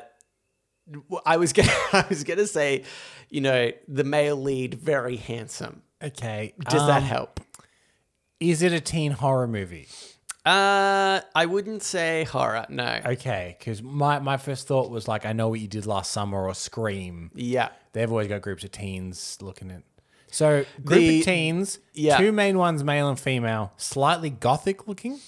w- I was gonna I was gonna say, you know, the male lead very handsome.
Okay,
Does that
um,
help?
Is it a teen horror movie?
Uh, I wouldn't say horror. No.
Okay, because my, my first thought was like, I know what you did last summer or Scream.
Yeah.
They've always got groups of teens looking at. So group
The-
of teens,
yeah.
two main ones, male and female, slightly gothic looking.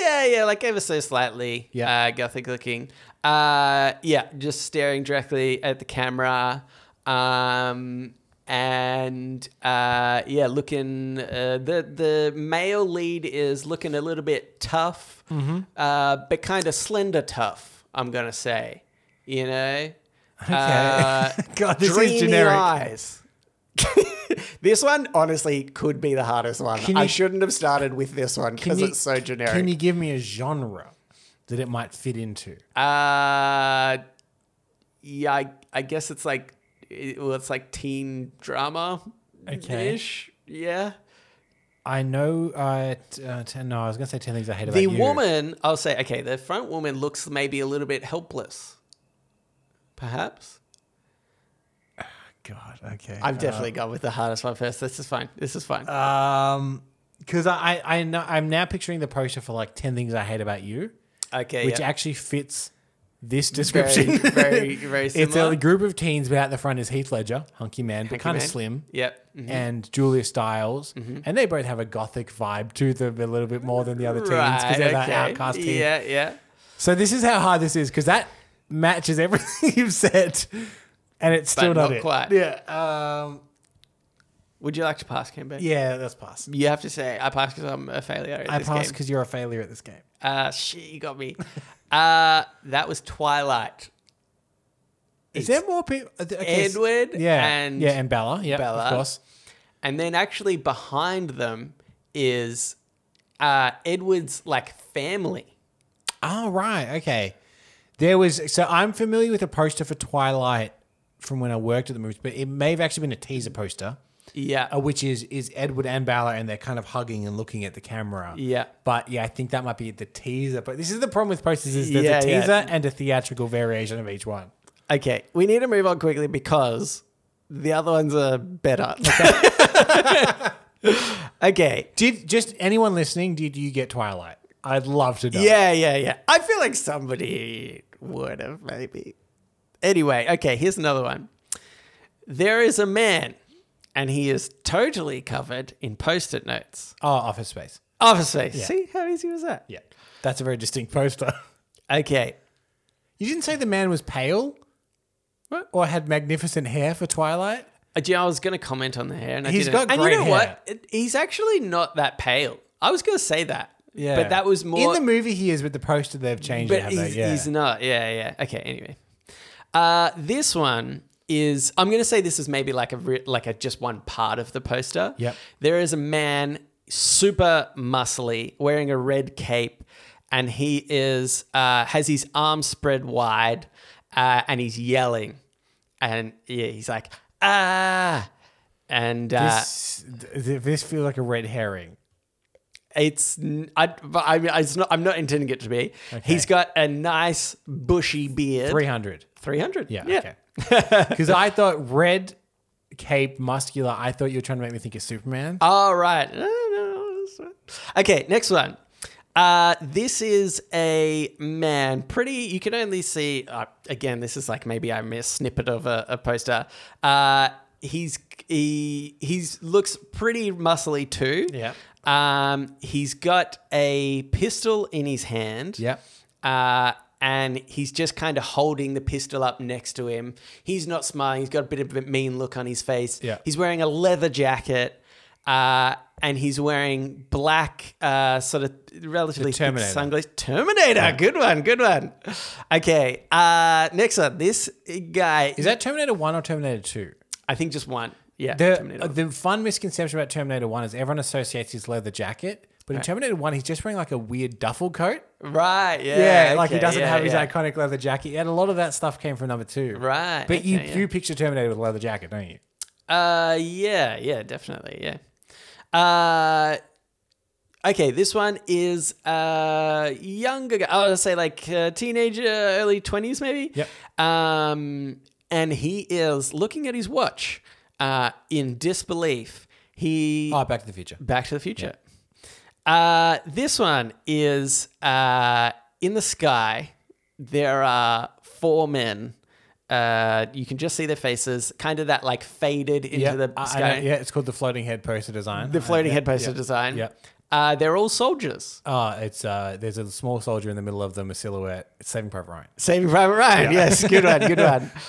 Yeah, yeah, like ever so slightly.
Yeah.
Uh, gothic looking. Uh, yeah, just staring directly at the camera. Um, and uh, yeah, looking. Uh, the the male lead is looking a little bit tough, uh, but kind of slender tough. I'm gonna say, you know. Uh, Okay.
God, this
dreamy
is generic.
eyes. this one honestly could be the hardest one.
Can
I
you-
shouldn't have started with this one because
you-
it's so generic.
Can you give me a genre that it might fit into?
Uh, yeah, I, I guess it's like Uh, it- well, it's like teen drama ish. Yeah,
I know. Uh, t- uh, ten, no, I was gonna say ten things I hate about
The
you.
woman, I'll say, okay, the front woman looks maybe a little bit helpless. Perhaps.
God. Okay.
I've definitely
Uh,
gone with the hardest one first. This is fine. This is fine.
Um, because I, I, I know, I'm now picturing the poster for like ten things I hate about you,
okay.
which
yeah.
actually fits this description.
very, very
it's
similar.
a group of teens, but out the front is Heath Ledger, hunky man, but
Hunky
kind of
man. Mm-hmm.
slim.
Yep. Mhm.
And Julia Stiles, and they both have a gothic vibe to them a little bit more than the other teens because
Right,
they're that
okay.
outcast teen.
Yeah, yeah.
So this is how hard this is because that matches everything you've said, and it's still
But
not,
not
it.
quite.
Yeah, um,
Would you like to pass, Kimber?
yeah, that's pass.
You have to say I pass because I'm a failure. At
I
this
pass
game.
because you're a failure at this game.
Uh, shit, you got me. uh, that was Twilight.
Is
East.
there more people? Okay, s-
Edward
yeah,
and-
yeah, and Bella, yeah,
Bella.
of course.
And then actually behind them is uh, Edward's like family.
Oh right, okay. There was so I'm familiar with a poster for Twilight from when I worked at the movies, but it may have actually been a teaser poster,
Yeah.
uh, which is is Edward and Bella, and they're kind of hugging and looking at the camera.
Yeah.
But yeah, I think that might be the teaser. But this is the problem with posters: is there's
Yeah,
a
yeah.
teaser and a theatrical variation of each one.
Okay, we need to move on quickly because the other ones are better. okay.
Did just anyone listening? Did you get Twilight? I'd love to know.
Yeah, yeah, yeah. I feel like somebody would have, maybe. Anyway, okay, here's another one. There is a man, and he is totally covered in post it notes.
Oh, Office Space.
Office space. See, how easy was that?
Yeah, that's a very distinct poster.
Okay.
You didn't say the man was pale,
What?
or had magnificent hair for Twilight.
Uh, gee, I was going to comment on the hair, and I
He's
didn't.
got
and
great
you know
hair.
what? It- he's actually not that pale. I was going to say that.
Yeah,
But that was more
in the movie. He is, but the poster they've changed. it,
But
have
he's,
they? Yeah.
he's not. Yeah, yeah. Okay. Anyway, uh, this one is. I'm going to say this is maybe like a re- like a just one part of the poster.
Yep.
There is a man, super muscly, wearing a red cape, and he is uh, has his arms spread wide, uh, and he's yelling, and yeah, he's like ah, and uh,
this, th- this feels like a red herring.
It's n- I, but I, I- it's not, I'm not intending it to be. He's got a nice bushy beard.
Three hundred.
300.
Yeah. Okay. Because I thought red cape, muscular. I thought you were trying to make me think of Superman.
All right. No, no, that's fine. Okay, next one. Uh, this is a man, pretty. You can only see uh, again. This is like maybe I missed snippet of a, a poster. Uh, he's he he's looks pretty muscly too.
Yeah.
Um, he's got a pistol in his hand.
Yep.
Uh, and he's just kind of holding the pistol up next to him. He's not smiling. He's got a bit of a mean look on his face.
Yeah.
He's wearing a leather jacket. Uh, and he's wearing black, uh, sort of relatively
The Terminator.
thick sunglasses. Terminator, good one, good one. Okay, uh, next one. This guy,
Is that Terminator One or Terminator Two?
I think, just one. Yeah,
The,
Terminator.
uh, the fun misconception about Terminator One is everyone associates his leather jacket, but in Terminator One, he's just wearing like a weird duffel coat.
right? Yeah,
like he
okay,
doesn't
yeah,
have his
yeah.
iconic leather jacket. And a lot of that stuff came from number two,
Right,
But you
okay, yeah.
you picture Terminator with a leather jacket, don't you?
Uh, yeah, yeah, definitely, yeah. Uh, okay, this one is uh younger. guy. I would say like uh, teenager, early twenties, maybe.
Yep.
Um, and he is looking at his watch, uh, in disbelief. He
Oh, Back to the Future.
Back to the Future. Uh, this one is uh, in the sky. There are four men. Uh, you can just see their faces, kind of that like faded into
Yeah,
the
I- I
sky.
know, yeah, it's called the floating head poster design.
The floating head poster
yeah.
design.
Yeah.
Uh, they're all soldiers.
Uh, it's uh, there's a small soldier in the middle of them, a silhouette. It's Saving Private Ryan.
Saving Private Ryan. Yes, good one, good one.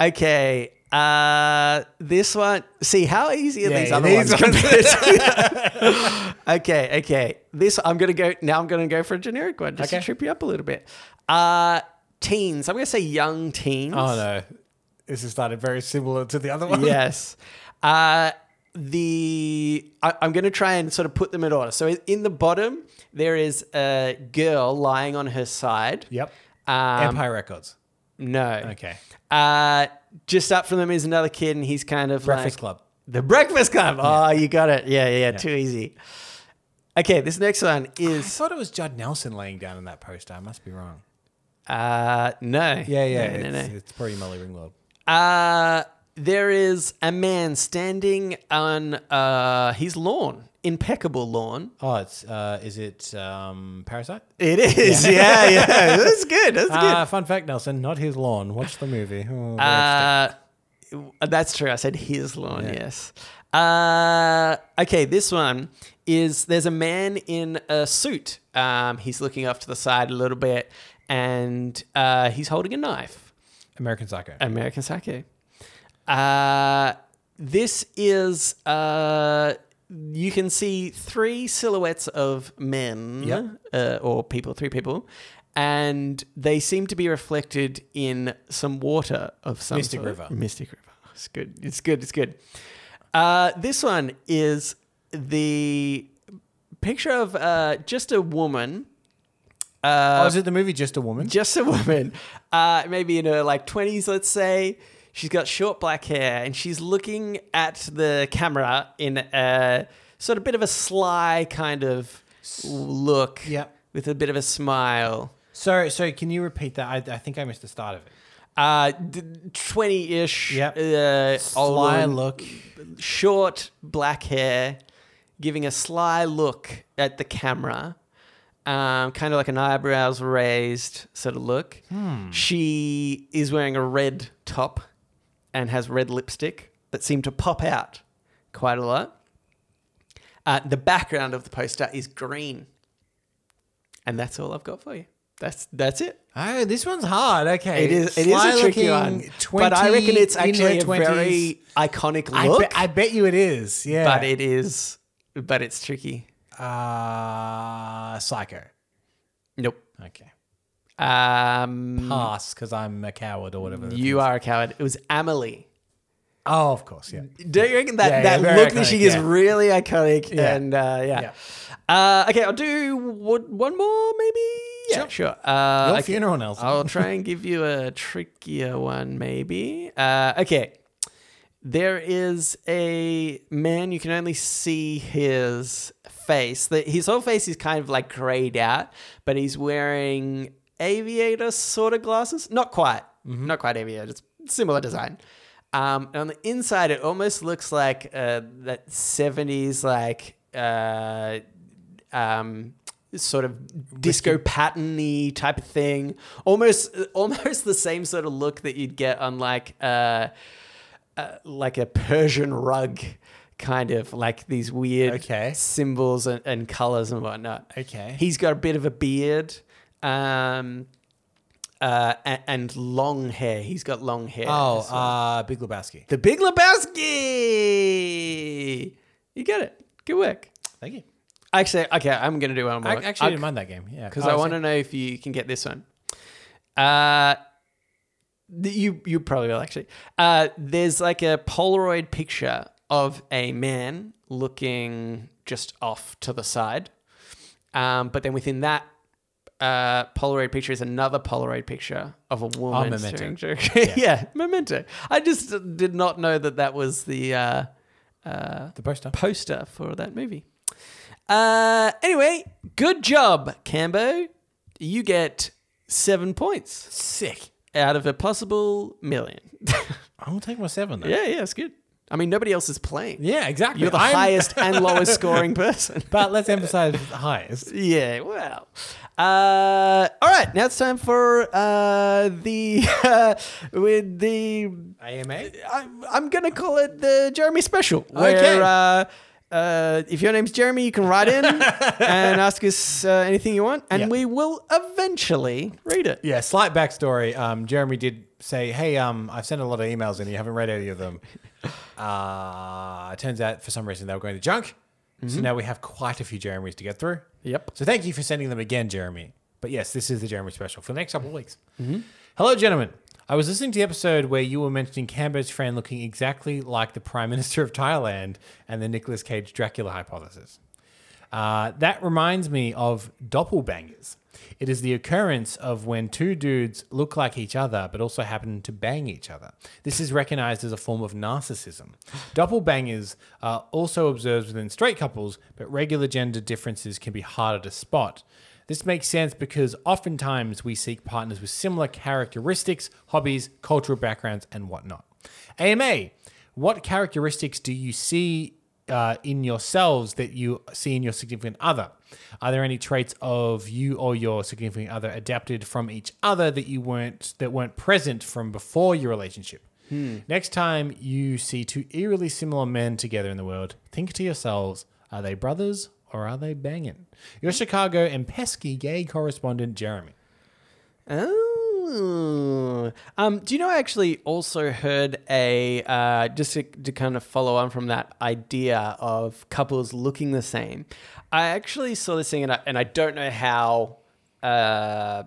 Okay. Uh, this one. See how easy are
Yeah,
these
yeah,
other
these
ones compared to- okay, okay. This I'm gonna go now. I'm gonna go for a generic one just
Okay.
to trip you up a little bit. Uh, teens. I'm gonna say young teens.
Oh no, this has started very similar to the other one.
Yes. Uh, the I, I'm going to try and sort of put them in order. So in the bottom there is a girl lying on her side.
Yep.
Um,
Empire Records.
no.
Okay.
Uh, just up from them is another kid, and he's kind of
Breakfast
like,
Club.
The Breakfast Club. Oh, you got it. Yeah, yeah, yeah. Too easy. Okay, this next one
I
is
thought it was Judd Nelson laying down in that poster. I must be wrong.
uh no.
Yeah, yeah.
No, no,
it's,
no.
it's probably Molly Ringwald.
Uh, there is a man standing on uh, his lawn, impeccable lawn.
Oh, it's uh, is it um, Parasite?
It is, yeah, yeah. That's good. That's
Uh, fun fact, Nelson, not his lawn. Watch the movie. Oh,
good. Uh, that's true. I said his lawn. Yes. Uh, okay. This one is there's a man in a suit. Um, he's looking off to the side a little bit, and uh, he's holding a knife.
American Psycho.
American sake. Uh, this is uh, you can see three silhouettes of men
Yep.
uh, or people, three people, and they seem to be reflected in some water of some
Mystic
sort.
River.
Mystic River. It's good. It's good. It's good. Uh, this one is the picture of uh, just a woman. Uh,
oh, is it the movie Just a Woman?
just a woman, uh, maybe in her like twenties, let's say. She's got short black hair, and she's looking at the camera in a sort of bit of a sly kind of look,
Yep.
with a bit of a smile.
Sorry, sorry. Can you repeat that? I, I think I missed the start of it.
Uh, twenty-ish,
Yep.
uh, old
Sly
woman,
look.
short black hair, giving a sly look at the camera, um, kind of like an eyebrows raised sort of look.
Hmm.
She is wearing a red top and has red lipstick that seem to pop out quite a lot. Uh, the background of the poster is green, and that's all I've got for you. That's that's it.
Oh, this one's hard. Okay,
It is it is a tricky
Sly-looking
one, but I reckon it's
20 in her
actually a
20s.
very iconic
I,
look.
bet- I bet you it is. Yeah,
but it is, but it's tricky.
uh, Psycho.
Nope.
Okay,
Um,
pass because I'm a coward or whatever. the
you are a coward. It was Amelie.
thing- Oh, of course. Yeah.
Don't you reckon that,
Yeah, yeah,
that
very
look that she
iconic,
gives
yeah.
really iconic?
Yeah.
And uh, yeah. Uh, okay, I'll do one one more maybe. Yeah,
Sure.
sure. Uh,
Your
okay.
funeral, Nelson.
I'll try and give you a trickier one maybe. Uh, okay. There is a man, you can only see his face. The, his whole face is kind of like grayed out, but he's wearing aviator sort of glasses. Not quite. Not quite aviator. It's similar design. Um, and on the inside, it almost looks like uh, that 70s, like, uh, um, sort of disco patterny type of thing. Almost, almost the same sort of look that you'd get on, like, uh, like a Persian rug kind of like these weird
Okay.
symbols and, and colors and whatnot.
Okay.
He's got a bit of a beard um, uh, and, and long hair. He's got long hair.
Oh,
as well.
uh, Big Lebowski.
the Big Lebowski. You got it. Good work.
Thank you.
Actually, okay, I'm going to do one more.
I actually
I'll-
didn't mind that game. Yeah, Oh,
because I want to know if you can get this one. Uh, th- you you probably will actually. Uh, there's like a Polaroid picture of a man looking just off to the side, um, but then within that. Uh, Polaroid picture is another Polaroid picture of a woman.
Memento.
staring directly- Oh, yeah. memento. I just uh, did not know that that was the uh,
the poster.
poster for that movie. Uh, anyway, good job, Cambo. You get seven points
Sick.
out of a possible million.
I'm gonna take my seven though.
yeah, yeah, it's good. I mean, nobody else is playing.
Yeah, exactly.
You're the
I'm-
highest and lowest scoring person.
But let's emphasize the highest.
Yeah, well. Uh, all right, now it's time for uh, the uh, with the
AMA.
I'm, I'm gonna call it the Jeremy special. Where,
Okay.
Uh, uh, if your name's Jeremy, you can write in and ask us uh, anything you want, and
Yeah.
we will eventually read it.
Yeah, slight backstory. Um, Jeremy did say, "Hey, um, I've sent a lot of emails and you haven't read any of them." Uh, it turns out for some reason they were going to junk, so now we have quite a few Jeremys to get through.
Yep.
So thank you for sending them again, Jeremy. But yes, this is the Jeremy special for the next couple of weeks. Hello, gentlemen. I was listening to the episode where you were mentioning Cambo's friend looking exactly like the Prime Minister of Thailand and the Nicolas Cage Dracula hypothesis. Uh, that reminds me of doppelbangers. It is the occurrence of when two dudes look like each other but also happen to bang each other. This is recognized as a form of narcissism. Doppelbangers are also observed within straight couples, but regular gender differences can be harder to spot. This makes sense because oftentimes we seek partners with similar characteristics, hobbies, cultural backgrounds, and whatnot. AMA, what characteristics do you see uh, in yourselves that you see in your significant other? Are there any traits of you or your significant other adapted from each other that you weren't that weren't present from before your relationship? Next time you see two eerily similar men together in the world, think to yourselves: Are they brothers or are they banging? Your Chicago and pesky gay correspondent Jeremy.
Oh. Um, do you know I actually also heard a uh, just to, to kind of follow on from that idea of couples looking the same. I actually saw this thing and I, and I don't know how uh,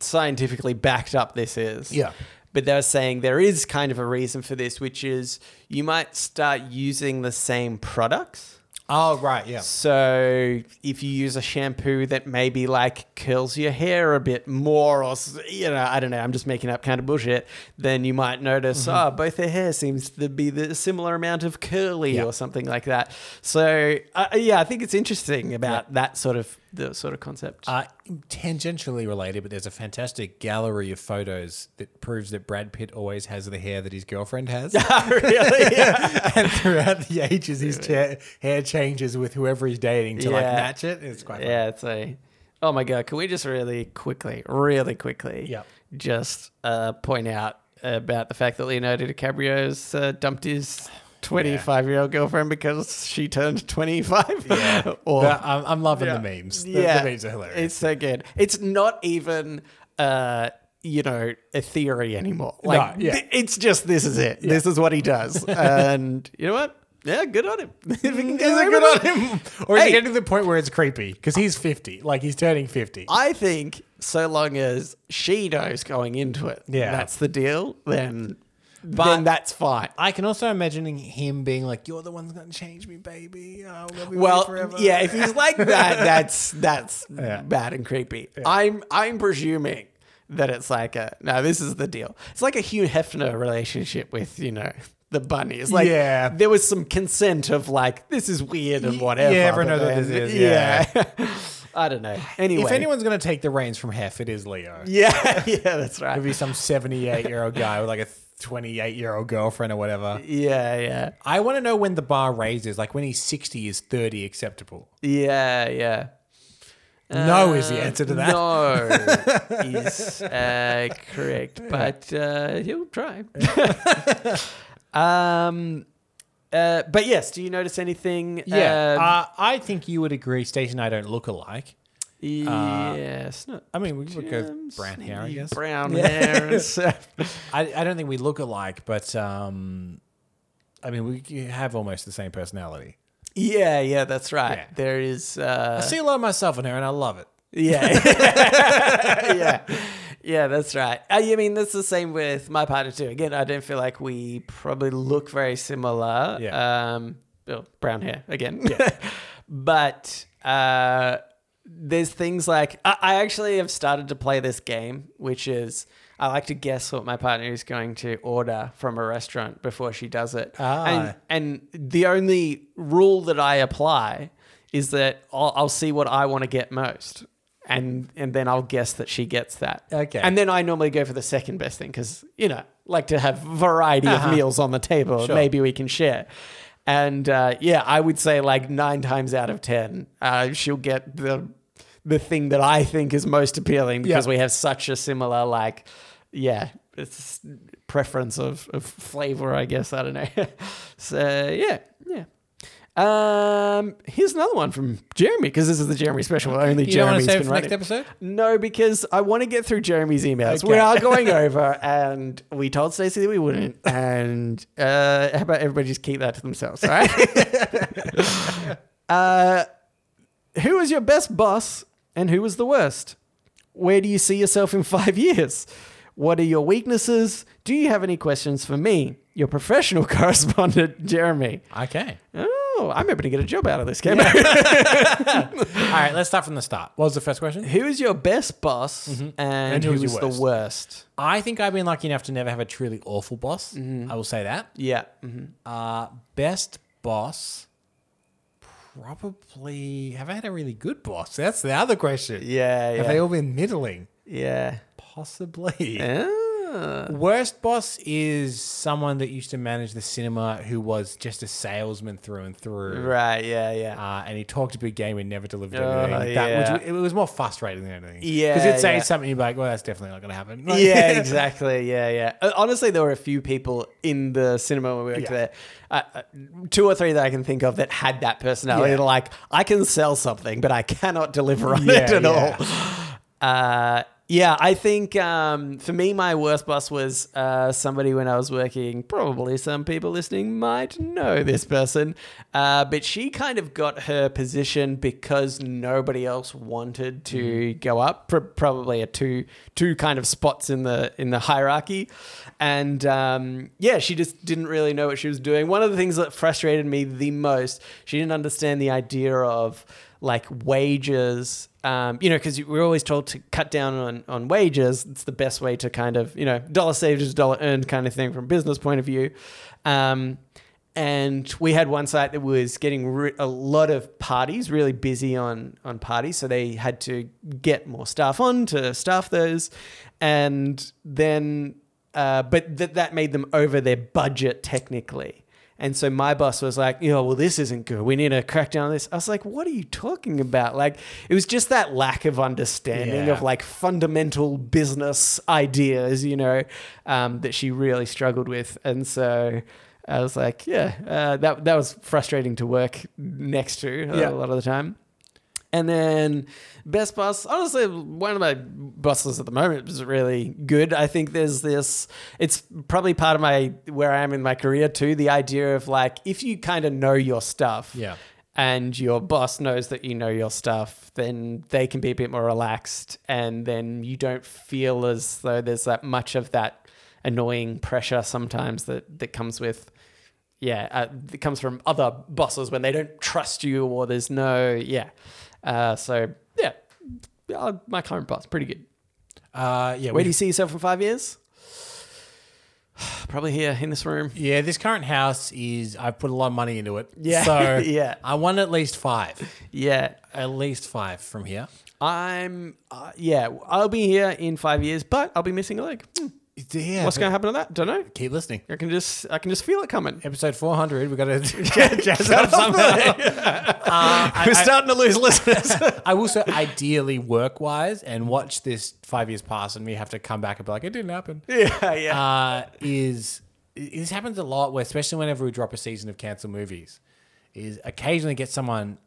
scientifically backed up this is.
Yeah.
But they were saying there is kind of a reason for this, which is you might start using the same products.
Oh right, yeah.
So if you use a shampoo that maybe like curls your hair a bit more, or s- you know, I don't know, I'm just making up kind of bullshit. Then you might notice, oh, both their hair seems to be the similar amount of curly
Yeah.
or something like that. So uh, yeah, I think it's interesting about that sort of the sort of concept.
Uh, tangentially related, but there's a fantastic gallery of photos that proves that Brad Pitt always has the hair that his girlfriend has.
Oh, really?
and throughout the ages, his cha- hair changes with whoever he's dating to like
Yeah.
match it. It's quite funny.
Yeah, it's a. Oh my god! Can we just really quickly, really quickly,
Yep.
just uh, point out about the fact that Leonardo DiCaprio's uh, dumped his twenty-five-year-old girlfriend because she turned twenty-five? Yeah. or
But I'm, I'm loving
Yeah.
the memes. The,
yeah,
the memes are hilarious.
It's so good. It's not even. Uh, you know, a theory anymore. Like,
No, yeah.
th- it's just this is it. This is what he does. and you know what? Yeah, good on him. if he can
is
get away with
it good
it.
on him, or is
Mm, Hey.
it getting to the point where it's creepy? Because he's fifty, like he's turning fifty.
I think so long as she knows going into it,
Yeah.
that's the deal. Then,
But-
then that's fine.
I can also imagine him being like, "You're the one that's gonna change me, baby. I'll love you
Well,
forever."
yeah, if he's like that, that's that's
Yeah.
bad and creepy. I'm I'm presuming that it's like a no, this is the deal. It's like a Hugh Hefner relationship with you know the bunny. It's like
Yeah.
there was some consent of like this is weird and whatever.
yeah,
but
everyone knows what
then-
this is, yeah.
yeah. I don't know. Anyway,
If anyone's going to take the reins from Hef, it is Leo.
yeah, yeah, that's right.
It'd be some 78 year old guy with like a 28 year old girlfriend or whatever.
Yeah, yeah.
I want to know when the bar raises. Like when he's 60, is 30 acceptable?
Yeah, yeah. Uh,
no is the answer to that.
No is uh, correct, but uh, he'll try. um, uh, but yes, do you notice anything?
Yeah.
Um,
uh, I think you would agree, Stacey and I don't look alike.
Um, yes. Not
I mean, we would go
James,
uh, brown hair, I
you
guess.
Brown hair. and stuff.
I, I don't think we look alike, but um, I mean, we have almost the same personality.
yeah, yeah, that's right.
Yeah.
There is. Uh,
I see a lot of myself in her and I love it.
Yeah. yeah. Yeah, that's right. I I mean, that's the same with my partner too. Again, I don't feel like we probably look very similar.
Yeah.
Um, oh, brown hair again. but uh, there's things like I, I actually have started to play this game, which is I like to guess what my partner is going to order from a restaurant before she does it.
Ah.
And and the only rule that I apply is that I'll, I'll see what I want to get most, and and then I'll guess that she gets that.
Okay.
And then I normally go for the second best thing because you know like to have variety
Uh-huh.
of meals on the table.
Sure.
Maybe we can share. And uh, yeah, I would say like nine times out of ten, uh, she'll get the the thing that I think is most appealing because
Yeah.
we have such a similar like yeah it's preference of, of flavor i guess i don't know so yeah yeah um here's another one from jeremy because this is the jeremy special only
You don't
jeremy's
want to save
been
it for
running
next episode?
no because i want to get through jeremy's emails we
Okay.
are going over and we told Stacey that we wouldn't and uh how about everybody just keep that to themselves all right uh who was your best boss and who was the worst? Where do you see yourself in five years? What are your weaknesses? Do you have any questions for me, your professional correspondent, Jeremy?
Okay.
Oh, oh, I'm able to get a job out of this, Cambo.
All right, let's start from the start. What was the first question?
Who is your best boss Mm-hmm. and, who
who's
is
your
the worst?
I think I've been lucky enough to never have a truly awful boss.
Mm-hmm.
I will say that.
Yeah. hmm
Uh, best boss, probably. Have I had a really good boss? That's the other question.
Yeah, yeah.
Have they all been middling?
yeah.
Possibly.
Ah.
Worst boss is someone that used to manage the cinema who was just a salesman through and through.
Right, yeah, yeah.
Uh, and he talked a big game and never delivered
Oh,
anything.
yeah.
That, which, it was more frustrating than anything. Because
Yeah,
he'd say
yeah.
something, you'd be like, well, that's definitely not going to happen. Like-
yeah, exactly. Yeah, yeah. Uh, Honestly, there were a few people in the cinema when we worked
Yeah.
there, uh, uh, two or three that I can think of that had that personality.
Yeah.
They're Like, I can sell something, but I cannot deliver on it
Yeah,
at all. Uh, yeah, I think um, for me, my worst boss was uh, somebody when I was working. Probably some people listening might know this person, uh, but she kind of got her position because nobody else wanted to go up. Pro- probably a two two kind of spots in the in the hierarchy, and um, yeah, she just didn't really know what she was doing. One of the things that frustrated me the most, she didn't understand the idea of like wages um, you know, because we're always told to cut down on, on wages. It's the best way to kind of, you know, dollar saved is dollar earned kind of thing from a business point of view. Um, and we had one site that was getting re- a lot of parties, really busy on on parties, so they had to get more staff on to staff those, and then, uh, but that that made them over their budget technically. And so my boss was like, you know, well, this isn't good. We need to crack down on this. I was like, what are you talking about? Like, it was just that lack of understanding
Yeah.
of like fundamental business ideas, you know, um, that she really struggled with. And so I was like, yeah, uh, that, that was frustrating to work next to uh, a
Yeah.
lot of the time. And then best boss, honestly, one of my bosses at the moment is really good. I think there's this. It's probably part of my where I am in my career too. The idea of like if you kind of know your stuff,
Yeah.
and your boss knows that you know your stuff, then they can be a bit more relaxed, and then you don't feel as though there's that much of that annoying pressure sometimes that that comes with yeah, uh, it comes from other bosses when they don't trust you or there's no, yeah. Uh, so, yeah, uh, my current boss, pretty good.
Uh, yeah.
Where
we-
do you see yourself in five years? Probably here in this room.
yeah, this current house is, I put a lot of money into it.
Yeah,
So
yeah.
I want at least five.
Yeah.
At least five from here.
I'm, uh, yeah, I'll be here in five years, but I'll be missing a leg. Hmm.
Yeah.
What's going to happen to that? Don't know.
Keep listening.
I can just, I can just feel it coming.
Episode 400, we got to jazz up somehow.
We're starting to lose listeners.
I will say, ideally, work wise, and watch this five years pass and we have to come back and be like, it didn't happen.
yeah, yeah.
uh, is this happens a lot, where especially whenever we drop a season of canceled movies, is occasionally get someone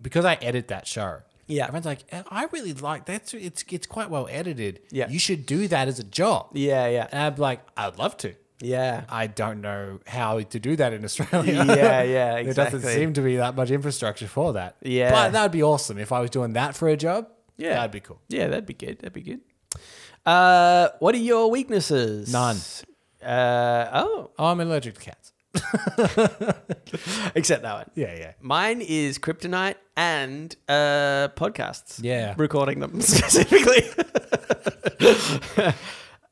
because I edit that show.
Yeah.
everyone's like, "Eh, I really like that's it's it's quite well edited.
Yeah.
you should do that as a job.
yeah, yeah.
and I'm like, I'd love to.
Yeah.
I don't know how to do that in Australia.
Yeah, yeah,
There doesn't
exactly.
seem to be that much infrastructure for that.
Yeah.
but that'd be awesome if I was doing that for a job.
Yeah.
that'd be cool.
Yeah, that'd be good. That'd be good. Uh, what are your weaknesses?
None.
Uh, oh,
Oh, I'm allergic to cats.
except that one.
Yeah, yeah.
Mine is kryptonite and uh, podcasts.
Yeah.
Recording them specifically.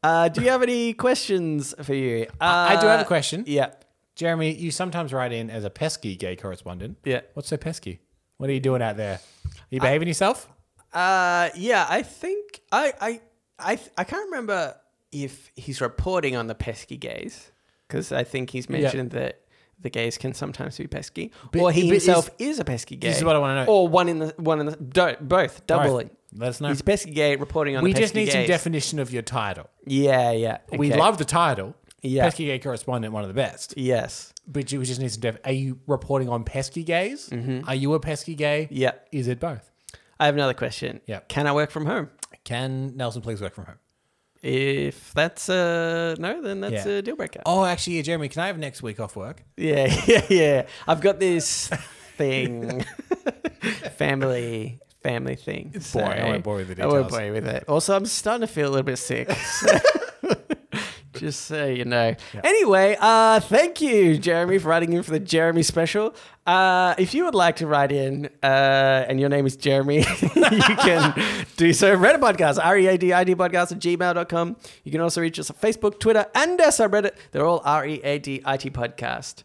uh, do you have any questions for you? Uh,
I do have a question.
Yeah.
Jeremy, you sometimes write in as a pesky gay correspondent.
Yeah.
What's so pesky? What are you doing out there? Are you behaving yourself?
Uh, yeah, I think I, I, I, I can't remember if he's reporting on the pesky gays because I think he's mentioned that the gays can sometimes be pesky, or he
but is-
himself is, a pesky gay.
This is what I wanna know.
Or one in the one in the do, both double
Both.
it.
Let us know.
He's a pesky gay reporting on.
We
the
just
pesky
need some
gays.
definition of your title.
Yeah, yeah.
We
okay.
love the title.
Yeah.
Pesky gay correspondent, one of the best.
Yes.
But you we just need some def- Are you reporting on pesky gays? Are you a pesky gay?
Mm-hmm. Yeah.
Is it both?
I have another question.
Yeah.
Can I work from home?
Can Nelson please work from home?
If that's a no, then that's
Yeah.
a deal breaker.
Oh, actually, yeah, Jeremy, can I have next week off work?
Yeah, yeah, yeah. I've got this thing, family, family thing. It's
boring. I won't bore you with the
I won't
details.
bore you with it. Also, I'm starting to feel a little bit sick. so- Just so you know. Anyway, uh, thank you, Jeremy, for writing in for the Jeremy special. Uh, if you would like to write in, uh, and your name is Jeremy, you can do so. Reddit podcast, R E A D I D podcast at gmail.com. You can also reach us on Facebook, Twitter, and our subreddit. They're all R E A D I T podcast.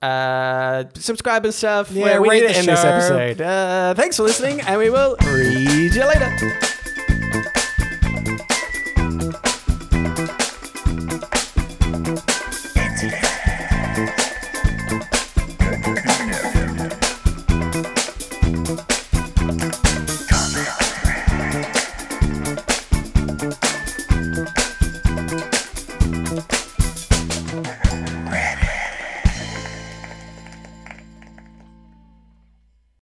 Uh, subscribe and stuff.
Yeah, rate
need
the
to end this
show.
episode. Uh, thanks for listening, and we will read you later.